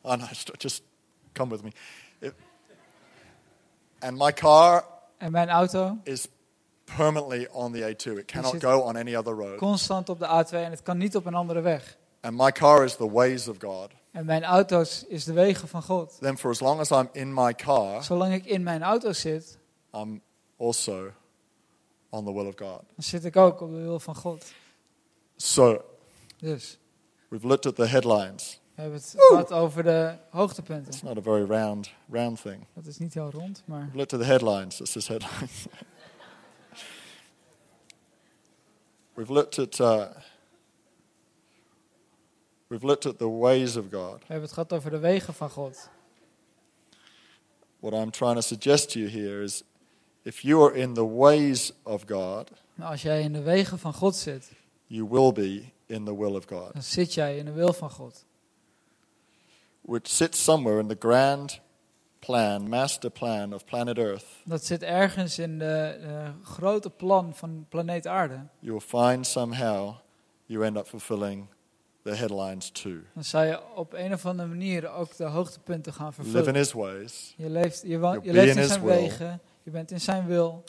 S1: I know, just- just come with me. If- and my car
S2: En mijn auto
S1: is permanently on the A2. It cannot
S2: zit-
S1: go on any other road.
S2: constant op de A2 en het kan niet op een andere weg.
S1: And my car is the ways of God.
S2: En mijn auto is de wegen van God.
S1: Then for as long as I'm in my car,
S2: Zolang ik in mijn auto zit,
S1: I'm also on the will of God.
S2: dan zit ik ook op de wil van God.
S1: So
S2: Dus
S1: we've looked at the headlines.
S2: we hebben het gehad over de hoogtepunten.
S1: It's not a very round, round thing.
S2: Dat is niet heel rond, maar
S1: We've looked at the headlines. This is headlines. we've looked at uh, we've looked at the ways of God.
S2: we hebben het gehad over de wegen van God.
S1: What I'm trying to suggest to you here is, if you are in the ways of God,
S2: Nou, als jij in de wegen van God zit,
S1: you will be in the will of God,
S2: dan zit jij in de wil van God.
S1: which sits somewhere in the grand plan, master plan of planet Earth.
S2: Dat zit ergens in de, eh, grote plan van planeet Aarde.
S1: You'll find somehow you end up fulfilling the headlines too.
S2: Dan zou je op een of andere manier ook de hoogtepunten gaan
S1: Live in
S2: vervullen.
S1: His ways.
S2: Je leeft, je, wa-
S1: You'll
S2: je
S1: be
S2: leeft
S1: in
S2: in
S1: his
S2: zijn
S1: will.
S2: wegen, je bent in zijn wil.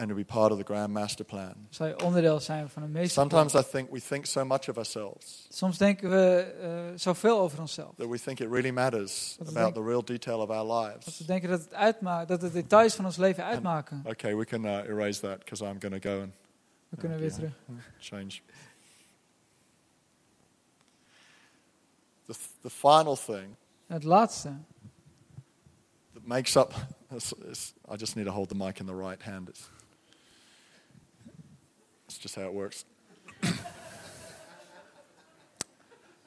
S1: and to be part of the grand master plan.
S2: Dan zou je onderdeel zijn van een meester.
S1: Sometimes I think we think so much of ourselves
S2: Soms denken we eh, zoveel over onszelf.
S1: that we think it really matters
S2: Wat denk-
S1: about the real detail of our
S2: Dat
S1: lives.
S2: we denken dat, het uitma- dat de details van ons leven uitmaken.
S1: Okay, we can uh, erase that because I'm going to go and
S2: We kunnen weer terug.
S1: change. The, the final thing
S2: En het laatste,
S1: that makes up, it's, it's, I just need to hold the mic in the right hand. It's, it's just how it works.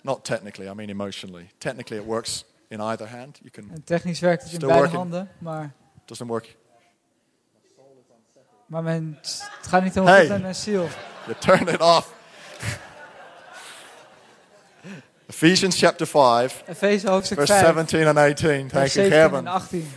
S1: Not technically, I mean emotionally. Technically, it works in either hand. You can
S2: en technisch werkt het in
S1: Still
S2: beide
S1: working.
S2: handen, maar,
S1: Doesn't work.
S2: maar mijn, het gaat niet helemaal
S1: Hey.
S2: goed naar mijn ziel.
S1: You turn it off. Ephesians chapter 5,
S2: Efeze hoofdstuk
S1: verse
S2: 5,
S1: 17 and 18.
S2: vers
S1: Thank you,
S2: 17 en
S1: Kevin. I
S2: 18.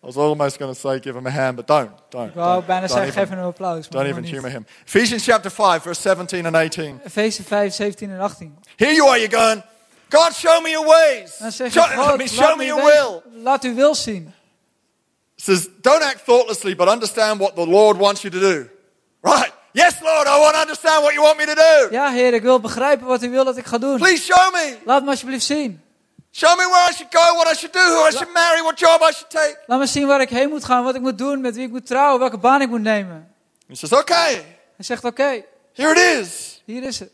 S1: was almost going to say give him a hand, but don't. Don't.
S2: Ik wou
S1: don't,
S2: bijna
S1: don't
S2: zeggen,
S1: even,
S2: geef hem een applaus. maar
S1: don't even
S2: dat mag
S1: humor
S2: niet.
S1: him. Ephesians chapter 5, verse 17 and 18.
S2: Efeze 5, 17 en 18.
S1: Here you are, you're going, God, show me your ways.
S2: Dan zeg je,
S1: show,
S2: God,
S1: me,
S2: laat
S1: show
S2: uw
S1: me your
S2: weg-
S1: will.
S2: Laat uw wil zien.
S1: It says, don't act thoughtlessly, but understand what the Lord wants you to do. Right. Yes, Lord, I want to understand what you want me to do.
S2: Ja, Heer, ik wil begrijpen wat u wil dat ik ga doen.
S1: Please show me.
S2: Laat me alsjeblieft zien.
S1: Show me where I should go, what I should do, who I should marry, what job I should take.
S2: Laat me zien waar ik heen moet gaan, wat ik moet doen, met wie ik moet trouwen, welke baan ik moet nemen.
S1: He says, okay,
S2: Hij zegt, oké,
S1: here it is.
S2: hier is het.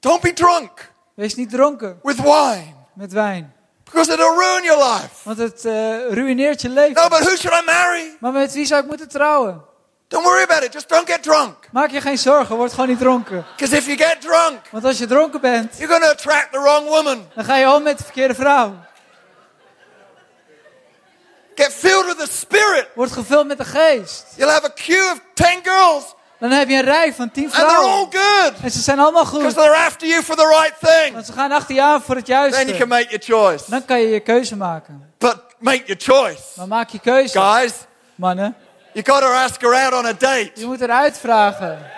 S1: Don't be drunk
S2: Wees niet dronken
S1: with wine
S2: met wijn,
S1: because it'll ruin your life.
S2: want het eh, ruïneert je leven.
S1: No, but who should I marry?
S2: Maar met wie zou ik moeten trouwen?
S1: Don't worry about it. Just don't get drunk.
S2: Maak je geen zorgen, word gewoon niet dronken.
S1: Because if you get drunk,
S2: Want als je dronken bent,
S1: you're going to attract the wrong woman.
S2: dan ga je om met de verkeerde vrouw.
S1: Get filled with the Spirit.
S2: Word gevuld met de geest.
S1: You'll have a queue of 10 girls
S2: Dan heb je een rij van tien
S1: and they're all
S2: vrouwen.
S1: good
S2: En ze zijn allemaal
S1: because
S2: goed.
S1: they're after you for the right thing.
S2: Want ze gaan achter je aan voor het
S1: Then you can
S2: juiste.
S1: make your choice.
S2: Dan kan je je keuze maken.
S1: But make your choice.
S2: Maar maak je keuze,
S1: Guys,
S2: mannen.
S1: you got to ask her out on a date.
S2: Je moet eruit vragen.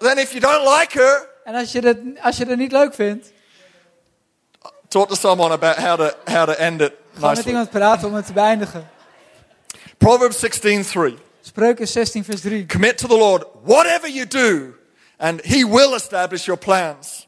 S1: Then if you don't like her,
S2: En als je, dat, als je dat niet leuk vindt,
S1: talk to someone about how to how to end it
S2: ga met
S1: nicely.
S2: iemand praten om het te beëindigen.
S1: Proverbs 16:3.
S2: Spreuken 16 vers 3.
S1: Commit to the Lord whatever you do, and he will establish your plans.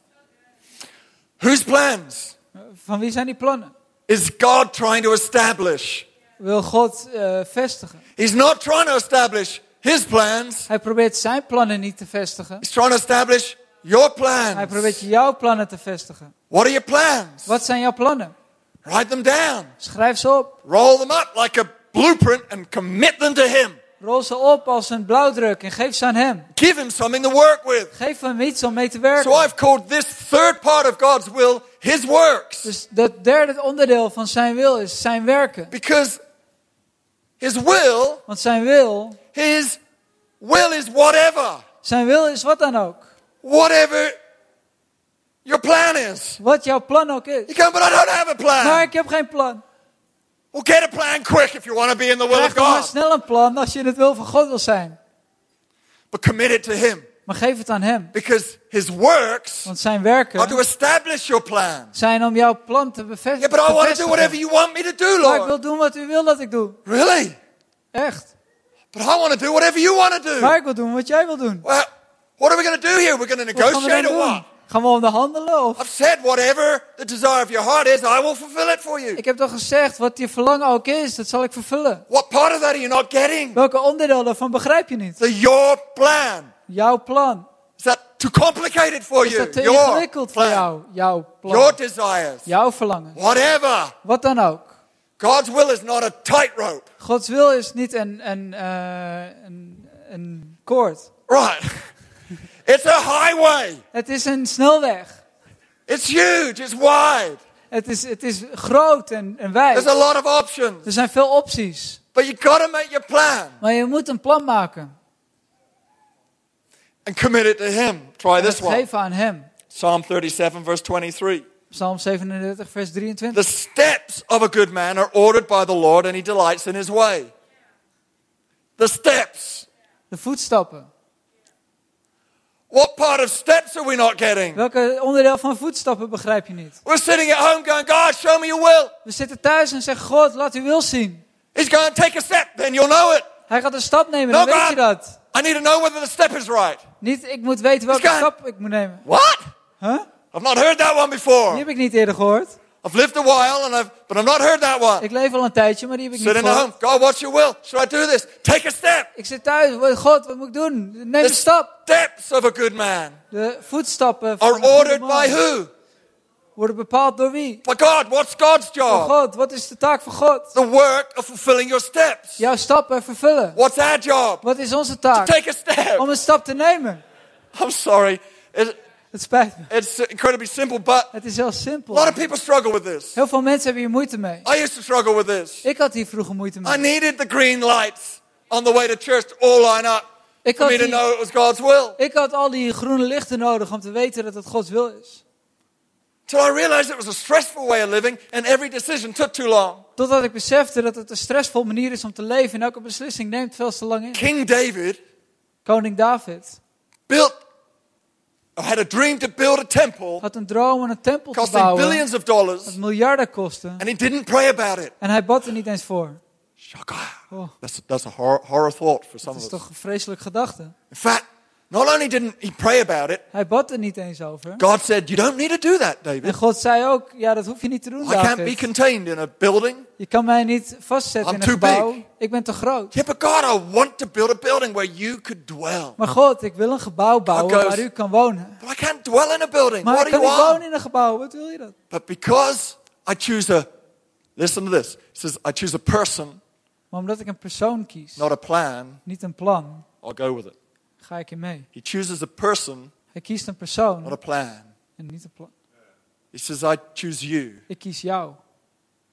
S1: Whose plans
S2: Van wie zijn die plannen?
S1: is God trying to establish?
S2: Wil God eh, vestigen?
S1: He's not trying to establish his plans.
S2: Hij probeert zijn plannen niet te vestigen.
S1: He's trying to establish your
S2: Hij probeert
S1: plans.
S2: jouw plannen te vestigen.
S1: What are your plans?
S2: Wat zijn jouw plannen?
S1: Write them down.
S2: Schrijf ze op.
S1: Roll them up like a blueprint and commit them to him.
S2: Rol ze op als een blauwdruk en geef ze aan hem.
S1: Give him something to work with.
S2: Geef hem iets om mee te
S1: So
S2: werken.
S1: I've called this third part of God's will His works.
S2: Dus dat derde onderdeel van zijn wil is zijn werken.
S1: Because His will,
S2: Want zijn wil,
S1: His will is whatever.
S2: zijn wil is wat dan ook.
S1: Whatever your plan is.
S2: Wat jouw plan ook
S1: You
S2: is.
S1: go, but I don't have a
S2: Maar
S1: plan.
S2: ik heb geen plan.
S1: Well, get a plan quick if you want to be in the will
S2: Krijg
S1: of
S2: dan maar
S1: God.
S2: snel een plan als je in het wil van God wil zijn.
S1: But commit it to Him.
S2: Maar geef het aan hem.
S1: Because His works
S2: Want zijn
S1: are to
S2: werken
S1: establish your plan.
S2: zijn om jouw plan te bevestigen.
S1: Yeah, but I
S2: te
S1: want to do
S2: vestigen.
S1: whatever you want me to do,
S2: Maar ik
S1: Lord.
S2: wil doen wat u wil dat ik doe.
S1: Really?
S2: Echt.
S1: But I want to do whatever you want to
S2: Maar
S1: do.
S2: ik wil doen wat jij wil doen.
S1: Well, what are we going to do here? We're going to
S2: Wat gaan we dan
S1: negotiate or
S2: doen?
S1: what?
S2: Gaan we onderhandelen? Of?
S1: I've said whatever the desire of your heart is, I will fulfill it for you.
S2: Ik heb toch gezegd, wat je verlangen ook is, dat zal ik vervullen.
S1: What part of that are you not getting?
S2: Welke onderdeel daarvan begrijp je niet?
S1: The your plan.
S2: Jouw plan.
S1: Is that too complicated for
S2: Is
S1: you?
S2: dat te
S1: your
S2: ingewikkeld voor
S1: plan.
S2: jou? Jouw
S1: Your
S2: plan.
S1: desires.
S2: Jouw verlangen.
S1: Whatever.
S2: Wat dan ook.
S1: God's will is not a tightrope.
S2: Gods wil is niet een, een, eh, een, een koord.
S1: Right. It's a highway.
S2: Het is een snelweg.
S1: It's huge. It's wide.
S2: Het is, het is groot en, en wijd.
S1: There's a lot of options.
S2: Er zijn veel opties.
S1: But you got to make your plan
S2: Maar je moet een plan maken.
S1: and commit it to Him. Try
S2: En het
S1: this one.
S2: geven aan hem.
S1: Psalm 37, verse 23.
S2: Psalm 37, vers 23.
S1: The steps of a good man are ordered by the Lord, and he delights in his way. The steps.
S2: De voetstappen.
S1: What part of steps are we not getting?
S2: Welke onderdeel van voetstappen begrijp je niet?
S1: We're sitting at home going, God, show me your will.
S2: We zitten thuis en zeggen, God, laat uw wil zien.
S1: He's going, take a step, then you'll know it.
S2: Hij gaat een stap nemen,
S1: No,
S2: dan weet
S1: God.
S2: je dat.
S1: I need to know whether the step is right.
S2: Niet, ik moet weten welke
S1: Is God.
S2: stap ik moet nemen.
S1: What?
S2: Huh?
S1: I've not heard that one
S2: Die
S1: before.
S2: heb ik niet eerder gehoord.
S1: I've lived a while, and I've, but I've not heard that one.
S2: Ik leef al een tijdje, maar die heb ik niet
S1: Sitting at
S2: gehoord.
S1: home, God, what's your will? Should I do this? Take a step.
S2: Ik zit thuis, Wat- God, wat moet ik doen? Neem
S1: The
S2: een stap.
S1: steps of a good man
S2: De voetstappen van
S1: are
S2: een goede
S1: ordered
S2: man
S1: by who?
S2: worden bepaald door wie?
S1: By God. What's God's
S2: Door
S1: job?
S2: God, wat is de taak van God?
S1: the work of fulfilling your steps.
S2: Jouw stappen vervullen.
S1: What's our job?
S2: Wat is onze taak?
S1: Take a step.
S2: Om een stap te nemen.
S1: I'm sorry. It,
S2: Het spijt me.
S1: it's incredibly simple, but
S2: Het is heel
S1: a
S2: simpel.
S1: lot of people struggle with this.
S2: Heel veel mensen hebben hier moeite mee.
S1: I used to struggle with this.
S2: Ik had hier vroeger moeite
S1: I
S2: mee.
S1: needed the green lights on the way to church to all line up
S2: Ik
S1: for
S2: had,
S1: me to
S2: die-
S1: know it was God's will.
S2: ik had al die groene lichten nodig om te weten dat het Gods wil is.
S1: Till I realized it was a stressful way of living and every decision took too long.
S2: Totdat ik besefte dat het een stressvol manier is om te leven en elke beslissing neemt veel te lang in.
S1: King David
S2: Koning David
S1: built or had a dream to build a temple
S2: had een droom om een tempel te
S1: costing
S2: bouwen
S1: billions of
S2: dat
S1: dollars
S2: miljarden kostte
S1: and he didn't pray about it.
S2: en hij bad er niet eens voor.
S1: Shocker.
S2: Oh.
S1: That's, that's a horror, horror thought for some
S2: Dat
S1: of
S2: is
S1: us.
S2: toch een vreselijk gedachte.
S1: In fact, not only didn't he pray about it,
S2: Hij bad er niet eens over.
S1: God said, You don't need to do that,
S2: En
S1: David.
S2: God zei ook, ja dat hoef je niet te doen
S1: I can't be
S2: David.
S1: contained in a building.
S2: Je kan mij niet vastzetten
S1: I'm
S2: in een
S1: too
S2: gebouw.
S1: big.
S2: Ik ben te groot.
S1: Yeah, but God, I want to build a building where you could dwell.
S2: Maar God, ik wil een gebouw bouwen
S1: goes-
S2: waar u kan wonen.
S1: But I can't dwell in a building.
S2: Maar
S1: what
S2: ik
S1: do
S2: kan
S1: you
S2: niet
S1: want?
S2: wonen in een gebouw. Wat wil je dat?
S1: But because I choose a, listen to this. It says, I choose a person,
S2: Maar omdat ik een persoon kies,
S1: not a plan,
S2: niet een plan,
S1: I'll go with it.
S2: ga ik in mee.
S1: He chooses a person,
S2: Hij kiest een
S1: not
S2: persoon
S1: a plan.
S2: en niet een plan.
S1: He says, I choose you.
S2: Ik kies jou.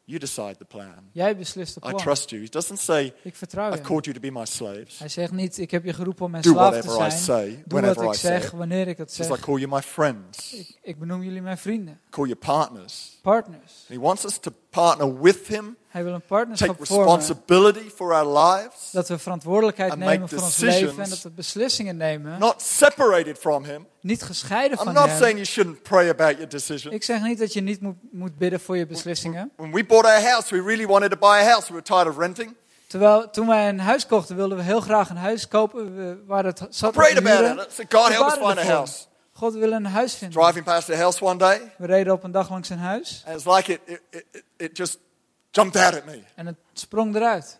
S1: You decide the plan.
S2: Jij beslist de
S1: I
S2: plan.
S1: trust you. He doesn't say,
S2: Ik vertrouw
S1: I've
S2: je.
S1: called you to be my slaves.
S2: Hij zegt niet, ik heb je geroepen om mijn
S1: Do
S2: slaaf te
S1: whatever I
S2: zijn.
S1: say,
S2: Doe wat
S1: whenever I
S2: ik
S1: say.
S2: zeg,
S1: it.
S2: wanneer ik het
S1: He says, I
S2: zeg.
S1: call you my friends,
S2: Ik, ik benoem jullie mijn vrienden,
S1: call you partners.
S2: partners.
S1: He wants us to partner with him,
S2: Hij wil een
S1: take
S2: partnerschap vormen.
S1: responsibility for our lives,
S2: Dat we verantwoordelijkheid
S1: and
S2: nemen
S1: make
S2: voor ons
S1: decisions.
S2: leven en dat we beslissingen nemen.
S1: not separated from him.
S2: Niet gescheiden
S1: I'm
S2: van
S1: not
S2: hem.
S1: saying you shouldn't pray about your decisions.
S2: Ik zeg niet dat je niet moet, moet bidden voor je beslissingen.
S1: When we bought our house, we really wanted to buy a house. We were tired of renting.
S2: Terwijl toen wij een huis kochten, wilden we heel graag een huis kopen we, waar het zat op
S1: Prayed
S2: de
S1: about
S2: muren.
S1: it. I said, God,
S2: We
S1: help us
S2: baden
S1: find a
S2: ervoor.
S1: house.
S2: God wil een huis vinden.
S1: Driving past a house one day,
S2: We reden op een dag langs een huis
S1: and it's like it, it, it, it- it just jumped out at me.
S2: en het sprong eruit.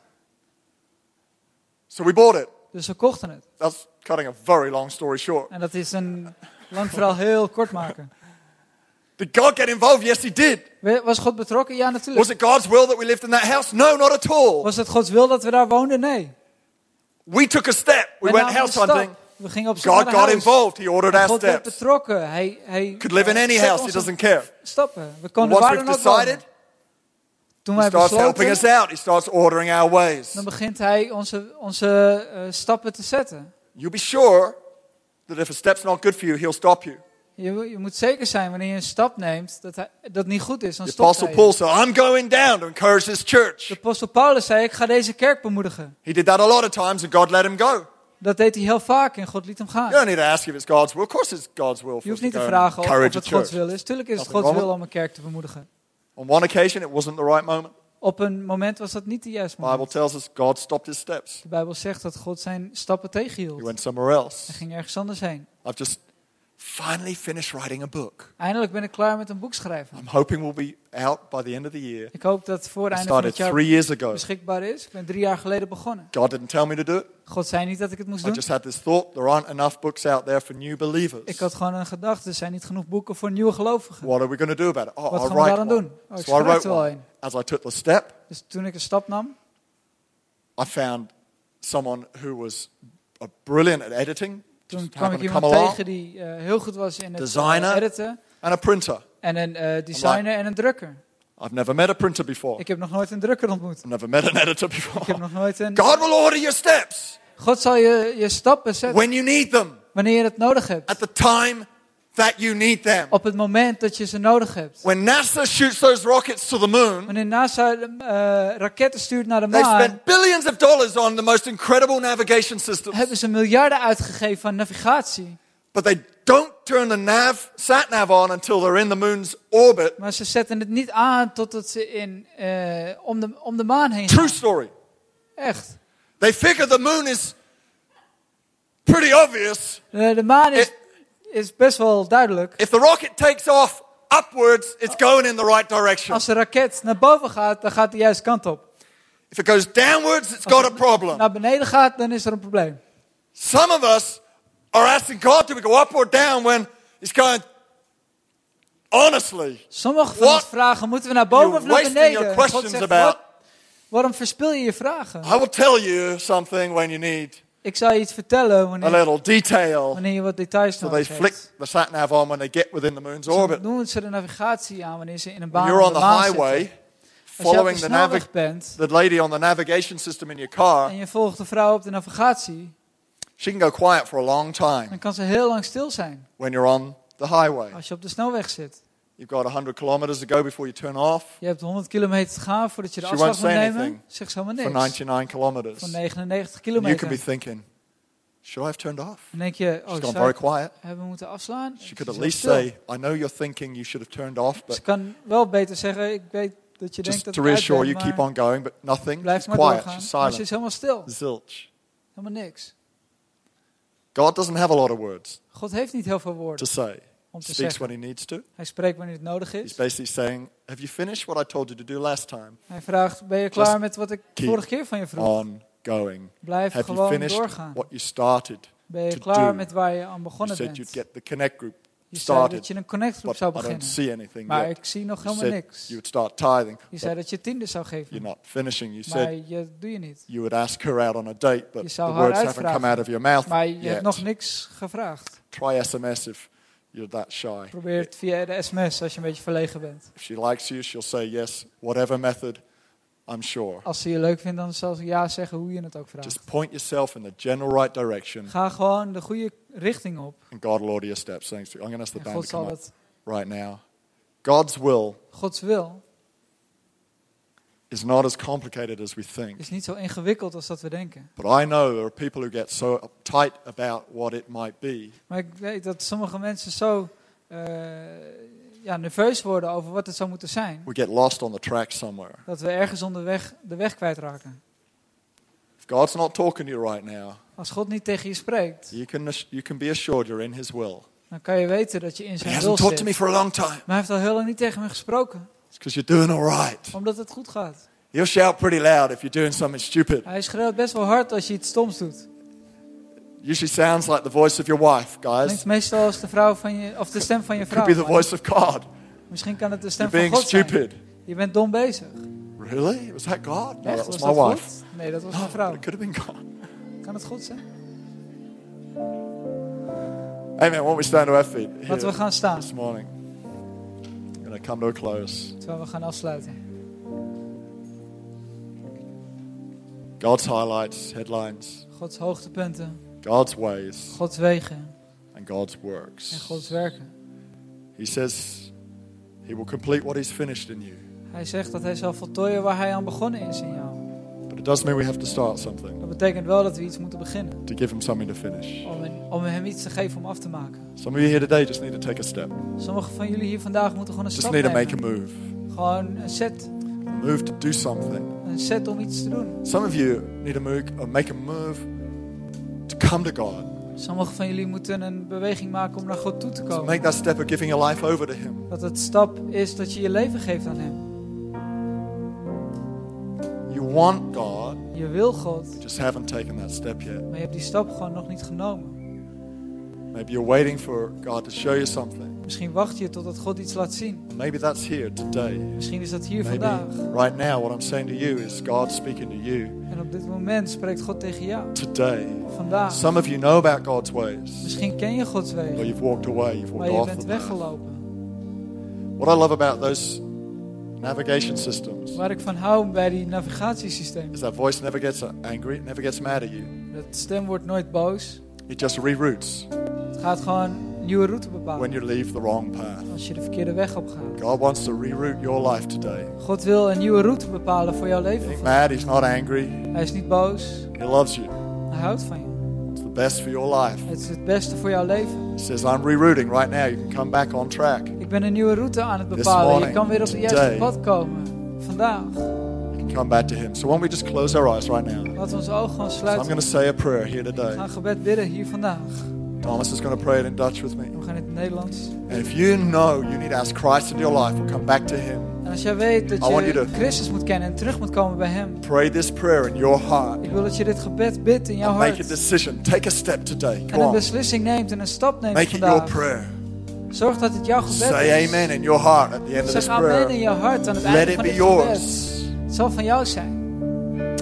S1: So we bought it.
S2: Dus we kochten het.
S1: That's cutting a very long story short.
S2: En dat is een lang verhaal heel kort maken.
S1: Did God get involved? Yes, He did.
S2: We- Was God betrokken? Ja, natuurlijk.
S1: Was it God's will that we lived in that house? No, not at all.
S2: Was het Gods wil dat we daar woonden? Nee.
S1: We took a step. We
S2: Wij
S1: went
S2: namen een
S1: house
S2: stap.
S1: hunting.
S2: We gingen op zoek
S1: God
S2: naar een
S1: got
S2: huis.
S1: involved. He ordered
S2: En
S1: our
S2: God werd
S1: steps.
S2: betrokken. Hij, hij
S1: Could live in any
S2: zette
S1: house. He
S2: ons
S1: doesn't care.
S2: stappen. We konden
S1: Once
S2: waar
S1: we've
S2: dan ook wonen.
S1: decided,
S2: Toen
S1: He
S2: wij
S1: starts helping us
S2: besloten,
S1: out. He starts ordering our ways.
S2: dan begint hij onze, onze eh, stappen te zetten.
S1: You'll be sure that if a step's not good for you, He'll stop you.
S2: Je, je moet zeker zijn wanneer je een stap neemt dat hij, dat niet goed is. Dan
S1: The
S2: stopt
S1: Apostle
S2: hij.
S1: Paul said, I'm going down to encourage this church.
S2: De apostel Paulus zei, ik ga deze kerk bemoedigen.
S1: He did that a lot of times and God let him go.
S2: Dat deed hij heel vaak en God liet hem gaan.
S1: You don't need to ask if it's God's will. Of course it's God's will for
S2: Je hoeft
S1: us to
S2: niet te
S1: go and
S2: vragen of, of
S1: encourage a
S2: het Gods
S1: church.
S2: wil is. Tuurlijk is het
S1: Nothing
S2: Gods
S1: wrong
S2: wil om een kerk te bemoedigen.
S1: On one occasion, it wasn't the right moment.
S2: Op een moment was dat niet de juiste
S1: The Bible
S2: moment.
S1: tells us God stopped his steps.
S2: De Bijbel zegt dat God zijn stappen
S1: He
S2: tegenhield.
S1: went somewhere else.
S2: Hij ging ergens anders heen.
S1: I've just finally finished writing a book.
S2: Eindelijk ben ik klaar met een boek schrijven.
S1: I'm hoping we'll be out by the end of the year.
S2: Ik hoop dat voor
S1: I
S2: einde van
S1: started
S2: het jaar
S1: three years ago.
S2: beschikbaar is. Ik ben drie jaar geleden begonnen.
S1: God didn't tell me to do it.
S2: God zei niet dat ik het moest
S1: I
S2: doen.
S1: just had this thought there aren't enough books out there for new believers.
S2: Ik had gewoon een gedachte. Er zijn niet genoeg boeken voor nieuwe gelovigen.
S1: What are we going to do about it? Oh,
S2: Wat
S1: I'll
S2: gaan we
S1: write
S2: daaraan
S1: one.
S2: doen? Oh, ik
S1: So I
S2: schrijf
S1: wrote
S2: er wel
S1: one.
S2: een.
S1: As I took the step,
S2: Dus toen ik een stap nam,
S1: I found someone who was uh, brilliant at editing,
S2: toen
S1: just
S2: kwam
S1: happened
S2: ik
S1: to come
S2: iemand
S1: along,
S2: tegen die eh, heel goed was in het eh,
S1: Designer.
S2: editen.
S1: and a printer.
S2: En een eh, designer en een drukker.
S1: I've never met a printer before.
S2: Ik heb nog nooit een drukker ontmoet.
S1: I've never met an editor
S2: Ik heb
S1: before.
S2: nog nooit een...
S1: God will order your steps
S2: God zal je, je stappen zetten
S1: when you need them,
S2: wanneer je het nodig hebt.
S1: at the time that you need them.
S2: Op het moment dat je ze nodig hebt.
S1: When NASA shoots those rockets to the moon,
S2: Wanneer NASA eh, raketten stuurt naar de
S1: they've
S2: maan,
S1: spent billions of dollars on the most incredible navigation systems,
S2: hebben ze miljarden uitgegeven aan navigatie.
S1: but they don't turn the nav sat nav on until they're in the moon's orbit.
S2: Maar ze zetten het niet aan totdat ze in, eh, om, de, om de maan heen
S1: True
S2: gaan.
S1: story.
S2: Echt.
S1: They figure the moon is pretty obvious.
S2: Eh, de maan is,
S1: Eh.
S2: is best wel duidelijk.
S1: If the rocket takes off upwards, it's going in the right direction.
S2: Als een raket naar boven gaat, dan gaat de juiste kant op.
S1: If it goes downwards, it's got a problem.
S2: Naar beneden gaat, dan is er een probleem.
S1: Some of us are asking God, do we go up or down when it's going, honestly,
S2: Sommigen van
S1: What?
S2: ons vragen, moeten we naar boven of
S1: You're
S2: naar
S1: wasting your
S2: beneden?
S1: questions
S2: God zegt,
S1: about-
S2: "Wat? waarom verspil je je vragen?
S1: I will tell you something when you need
S2: Ik zal je iets vertellen
S1: a
S2: wanneer,
S1: little detail.
S2: wanneer je wat details
S1: So they
S2: nodig
S1: flick
S2: hebt.
S1: the sat nav on when they get within the moon's
S2: Ze
S1: orbit.
S2: doen ze de navigatie aan wanneer ze in een
S1: When
S2: baan
S1: you're
S2: op
S1: on
S2: de
S1: the
S2: maan zitten.
S1: highway,
S2: Als je op de
S1: following the,
S2: snelweg
S1: navi-
S2: bent
S1: the lady on the navigation system in your
S2: en
S1: car,
S2: je volgt de vrouw op de navigatie,
S1: she can go quiet for a long time
S2: dan kan ze heel lang stil zijn
S1: when you're on the highway.
S2: als je op de snelweg zit.
S1: You've got 100 kilometers to go before you turn off
S2: Je hebt 100 kilometer te gaan voordat je de
S1: She
S2: afslag
S1: won't
S2: moet
S1: say
S2: nemen.
S1: anything
S2: Zegt ze helemaal
S1: for
S2: niks.
S1: 99 kilometers.
S2: Voor 99
S1: And you can be
S2: kilometer.
S1: thinking, should I have turned off?
S2: Dan denk je, oh,
S1: She's gone
S2: zou
S1: very
S2: ik
S1: quiet.
S2: hebben moeten afslaan?
S1: She
S2: Het
S1: could
S2: is
S1: at
S2: heel
S1: least
S2: stil.
S1: say, I know you're thinking you should have turned off, but
S2: Ze kan wel beter zeggen, ik weet dat je denkt
S1: just
S2: dat
S1: to
S2: ik uit
S1: reassure
S2: ben,
S1: you,
S2: maar
S1: keep on going, but nothing.
S2: blijf
S1: She's
S2: maar
S1: quiet.
S2: doorgaan.
S1: She's
S2: Maar ze is
S1: silent.
S2: helemaal stil.
S1: Zilch.
S2: Helemaal niks.
S1: God doesn't have a lot of words
S2: God heeft niet heel veel
S1: to
S2: woorden
S1: say.
S2: om te
S1: Speaks
S2: zeggen.
S1: when he needs to.
S2: Hij spreekt wanneer het nodig
S1: He's
S2: is.
S1: basically saying, Have you finished what I told you to do last time?
S2: Hij vraagt, ben je klaar met wat ik
S1: keep
S2: vorige keer van je vroeg?
S1: On going.
S2: Blijf
S1: Have you
S2: gewoon
S1: finished
S2: doorgaan.
S1: what you started?
S2: Ben je
S1: to
S2: klaar
S1: do?
S2: met waar je aan
S1: You
S2: begonnen
S1: said you'd
S2: bent?
S1: get the connect group
S2: Je zei dat
S1: started,
S2: je een connectgroep
S1: but
S2: zou
S1: I don't
S2: beginnen.
S1: see anything
S2: Maar
S1: yet.
S2: ik zie nog
S1: You
S2: helemaal
S1: said
S2: niks.
S1: you would start tithing,
S2: Je zei
S1: but
S2: dat je tiende zou
S1: you're
S2: geven.
S1: not finishing. You
S2: Maar
S1: said
S2: je doe je niet.
S1: you would ask her out on a date,
S2: Je
S1: but the
S2: zou haar
S1: words haven't come
S2: uitvragen.
S1: out of your mouth
S2: Maar je hebt
S1: yet.
S2: nog niks gevraagd.
S1: Try SMS if You're that shy.
S2: Probeer het via de sms als je een beetje verlegen bent.
S1: If she likes you, she'll say yes, whatever method, I'm sure.
S2: Als ze je leuk vindt, dan zal ze ja zeggen hoe je het ook vraagt.
S1: Just point yourself in the general right direction,
S2: Ga gewoon de goede richting op.
S1: and God will order your steps. Thanks. I'm going to ask the
S2: En
S1: band
S2: God
S1: to come
S2: zal
S1: up
S2: het,
S1: right now. God's will
S2: Gods wil,
S1: is not as complicated as we think.
S2: is niet zo ingewikkeld als dat we denken.
S1: But I know there are people who get so uptight about what it might be
S2: Maar ik weet dat sommige mensen zo eh, ja, nerveus worden over wat het zou moeten zijn.
S1: we get lost on the track somewhere.
S2: Dat we ergens onderweg de weg kwijtraken.
S1: If God's not talking to you right now,
S2: Als God niet tegen je spreekt,
S1: you can, you can be assured you're in His will.
S2: dan kan je weten dat je in
S1: He
S2: zijn wil
S1: hasn't talked to me
S2: zit.
S1: for a long time.
S2: Maar hij heeft al heel lang niet tegen me gesproken,
S1: It's because you're doing all right.
S2: omdat het goed gaat.
S1: You'll shout pretty loud if you're doing something stupid.
S2: Hij schreeuwt best wel hard als je iets stoms doet.
S1: Usually sounds like the voice of your wife,
S2: Klinkt
S1: guys.
S2: meestal als de, vrouw van je, of de stem van je
S1: Could
S2: vrouw.
S1: be the
S2: maar
S1: voice of God.
S2: Misschien kan het de
S1: You're
S2: stem van
S1: being
S2: God zijn.
S1: stupid.
S2: Je bent dom bezig.
S1: Really? Was that God? No,
S2: Echt,
S1: that
S2: was
S1: was my
S2: dat
S1: wife.
S2: goed? Nee, dat was
S1: No,
S2: mijn
S1: but
S2: vrouw.
S1: it could have been God.
S2: Kan het goed zijn?
S1: Amen. Why don't we stand to our feet here
S2: Laten we gaan staan,
S1: this morning? I'm going to come to a close.
S2: terwijl we gaan afsluiten.
S1: God's highlights, headlines,
S2: Gods hoogtepunten.
S1: God's ways,
S2: Gods wegen
S1: and God's
S2: en
S1: works.
S2: Gods werken.
S1: He says He will complete what He's finished in you.
S2: Hij zegt dat hij zal voltooien waar hij aan begonnen is in jou.
S1: But it does mean we have to start something
S2: Dat betekent wel dat we iets moeten beginnen.
S1: to give Him something to finish.
S2: Om, hem- om hem iets te geven om af te maken.
S1: Some of you here today just need to take a step,
S2: Sommigen van jullie hier vandaag moeten gewoon een
S1: just
S2: stap
S1: need to make a
S2: nemen.
S1: move.
S2: Gewoon een set,
S1: move to do something.
S2: een set om iets te doen.
S1: Some of you need to move, or make a move to come to God,
S2: Sommigen van jullie moeten een beweging maken om naar God toe te
S1: to
S2: komen.
S1: make that step of giving your life over to Him.
S2: Dat het stap is dat je je leven geeft aan hem.
S1: You want God,
S2: Je wil God,
S1: you just haven't taken that step yet.
S2: maar je hebt die stap gewoon nog niet genomen.
S1: Maybe you're waiting for God to show you something.
S2: Misschien wacht je totdat God iets laat zien.
S1: Maybe that's here today.
S2: Misschien is dat hier
S1: Maybe
S2: vandaag.
S1: right now, what I'm saying to you is God speaking to you
S2: En op dit moment spreekt God tegen jou.
S1: today.
S2: Vandaag.
S1: Some Oh, of you know about God's ways,
S2: Misschien ken je Gods
S1: or
S2: wegen,
S1: you've walked away, you've
S2: maar
S1: walked
S2: je
S1: off.
S2: bent
S1: the path.
S2: weggelopen.
S1: What I love about those navigation systems
S2: Waar ik van hou bij die navigatiesystemen.
S1: is that voice never gets angry, it never gets mad at you.
S2: Dat stem wordt nooit boos.
S1: It just reroutes
S2: Het gaat gewoon een nieuwe route
S1: when
S2: bepalen
S1: you leave the wrong path.
S2: als je de verkeerde weg op gaat.
S1: God wants to reroute your life today.
S2: God wil een nieuwe route bepalen voor jouw
S1: He ain't
S2: leven.
S1: mad, He's not angry.
S2: Hij is niet boos.
S1: He loves you.
S2: Hij houdt van je.
S1: It's the best for your life.
S2: Het is het beste voor jouw leven.
S1: He says, I'm rerouting right now. You can come back on track. You
S2: Ik ben een nieuwe route aan het
S1: This
S2: bepalen. Je
S1: morning,
S2: kan weer op het juiste
S1: today.
S2: pad komen. Vandaag.
S1: can come back to Him. So, why don't we just close our eyes right now?
S2: Laten we onze ogen gewoon
S1: So I'm going
S2: sluiten.
S1: to say a prayer here
S2: We
S1: today.
S2: gaan gebed bidden hier vandaag.
S1: Thomas is going to pray it in Dutch with me.
S2: We gaan in het Nederlands.
S1: And if you know you need to ask Christ into your life or come back to Him,
S2: En als jij weet dat
S1: I want you
S2: je
S1: to-
S2: Christus moet kennen en terug moet komen bij Hem.
S1: pray this prayer in your heart.
S2: Ik wil dat je dit gebed bidt in jouw
S1: And make a
S2: hart.
S1: decision. Take a step today.
S2: En
S1: Go
S2: een
S1: on.
S2: beslissing neemt en een stap neemt
S1: Make it your
S2: vandaag.
S1: prayer.
S2: Zorg dat het jouw gebed
S1: Say
S2: is.
S1: amen in your heart at the end of
S2: Zeg
S1: this
S2: amen in
S1: prayer.
S2: je hart aan het
S1: Let
S2: einde
S1: it
S2: van
S1: be
S2: dit gebed.
S1: yours.
S2: Het zal van jou zijn.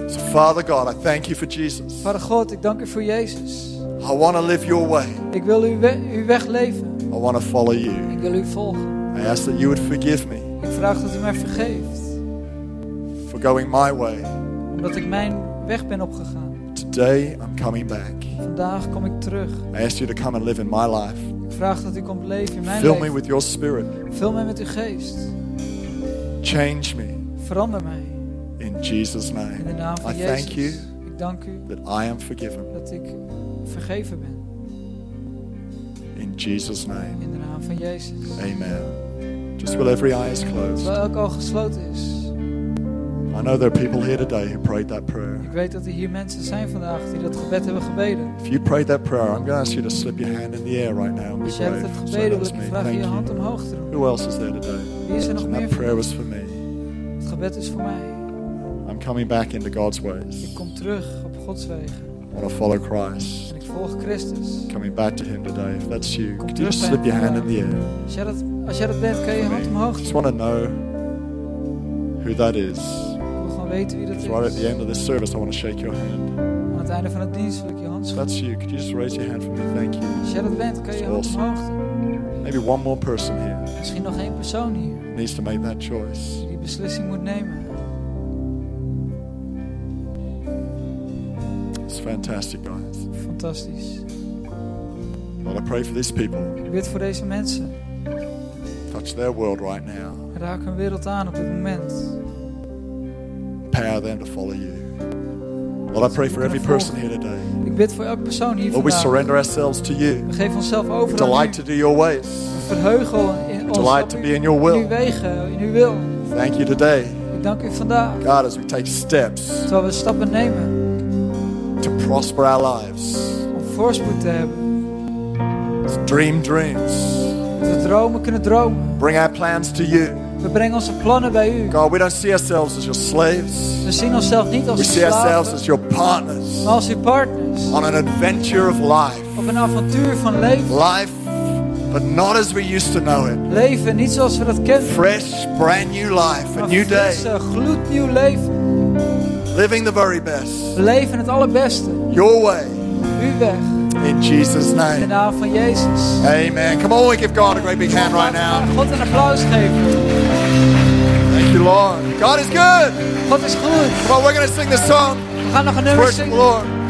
S1: So, Father God, I thank you for Jesus.
S2: Vader God, ik dank u voor Jezus.
S1: I want to live your way.
S2: Ik wil uw, we uw weg leven.
S1: I want to follow you.
S2: Ik wil u volgen.
S1: I ask that you would forgive me
S2: Ik vraag dat u mij vergeeft.
S1: for going my way.
S2: Omdat ik mijn weg ben opgegaan.
S1: Today, I'm coming back.
S2: Vandaag kom ik terug.
S1: I ask you to come and live in my life.
S2: Ik vraag dat u komt leven in mijn
S1: Fill me
S2: leven.
S1: with your spirit.
S2: Vul mij met uw geest.
S1: Change me
S2: Verander mij.
S1: in Jesus'
S2: In
S1: name.
S2: de naam
S1: I
S2: van
S1: thank you
S2: Jezus. Ik dank u
S1: that I am forgiven
S2: dat ik vergeven ben.
S1: in Jesus' name.
S2: In de naam van Jezus.
S1: Amen. Just while every eye is closed,
S2: Terwijl elk oog gesloten is.
S1: I know there are people here today who prayed that
S2: Ik
S1: prayer.
S2: weet dat er hier mensen zijn vandaag die dat gebed hebben gebeden.
S1: If you prayed that prayer, I'm going to ask you to slip your hand in the air right now and be
S2: Als Dus jij hebt
S1: brave.
S2: het
S1: So
S2: gebeden,
S1: that
S2: wil
S1: was
S2: ik je
S1: me.
S2: vragen je hand
S1: Thank you.
S2: omhoog te doen.
S1: Who else is there today?
S2: Wie is er nog
S1: And
S2: meer
S1: that
S2: van?
S1: prayer was for me.
S2: Het gebed is voor mij.
S1: I'm coming back into God's ways.
S2: Ik kom terug op Gods wegen.
S1: I want to follow Christ.
S2: En ik volg Christus.
S1: Coming back to Him today. If that's you, could you just slip your hand in the air?
S2: Als jij dat, als jij dat bent, kan je je hand omhoog doen.
S1: Just want to know who that is.
S2: Ik wil gewoon weten wie dat
S1: Because
S2: is.
S1: right at the end of this service, I want to shake your hand.
S2: Aan het einde van het dienst wil ik je hand
S1: If
S2: schudden.
S1: that's you, could you just raise your hand for me? Thank you.
S2: Als jij dat bent, kan je je hand
S1: Awesome.
S2: omhoog doen.
S1: Maybe one more person here
S2: Misschien nog één persoon hier
S1: needs to make that choice.
S2: die die beslissing moet nemen.
S1: It's fantastic, guys.
S2: Fantastisch.
S1: Lord, I pray for these people.
S2: Ik bid voor deze mensen.
S1: Touch their world right now.
S2: Raak hun wereld aan op dit moment.
S1: Empower them to follow you. Lord, I pray for every person here today.
S2: Ik bid voor elke persoon hier
S1: Lord, we
S2: vandaag.
S1: surrender ourselves to you.
S2: We geven onszelf
S1: We
S2: over aan u.
S1: delight to do your ways.
S2: We verheugen in ons
S1: delight
S2: op
S1: to
S2: uw-
S1: be in your will.
S2: in uw wegen, in uw wil.
S1: Thank you today,
S2: Ik dank u vandaag.
S1: God, as we take steps
S2: Terwijl we stappen nemen
S1: to prosper our lives,
S2: om voorspoed te hebben.
S1: to dream dreams,
S2: Dat we dromen kunnen dromen.
S1: bring our plans to you.
S2: We brengen onze plannen bij u.
S1: God, we don't see ourselves as your slaves.
S2: We zien onszelf niet
S1: We
S2: als
S1: see ourselves
S2: slaven,
S1: as your partners
S2: maar als uw partners.
S1: on an adventure of life.
S2: Op een avontuur van leven.
S1: Life, but not as we used to know it.
S2: Leven niet zoals we dat kennen.
S1: Fresh, brand new life, a
S2: maar
S1: new
S2: frisse,
S1: day,
S2: gloednieuw leven.
S1: living the very best,
S2: We leven het allerbeste.
S1: your way,
S2: Uw weg.
S1: in Jesus'
S2: In de
S1: name.
S2: naam van Jezus.
S1: Amen. Come on, we give God a great big hand right now.
S2: God een applaus geven.
S1: Thank you, Lord. God is good.
S2: God is goed.
S1: Come on, we're going to sing this song.
S2: We gaan nog een nummer
S1: Worship the
S2: zingen.
S1: Lord.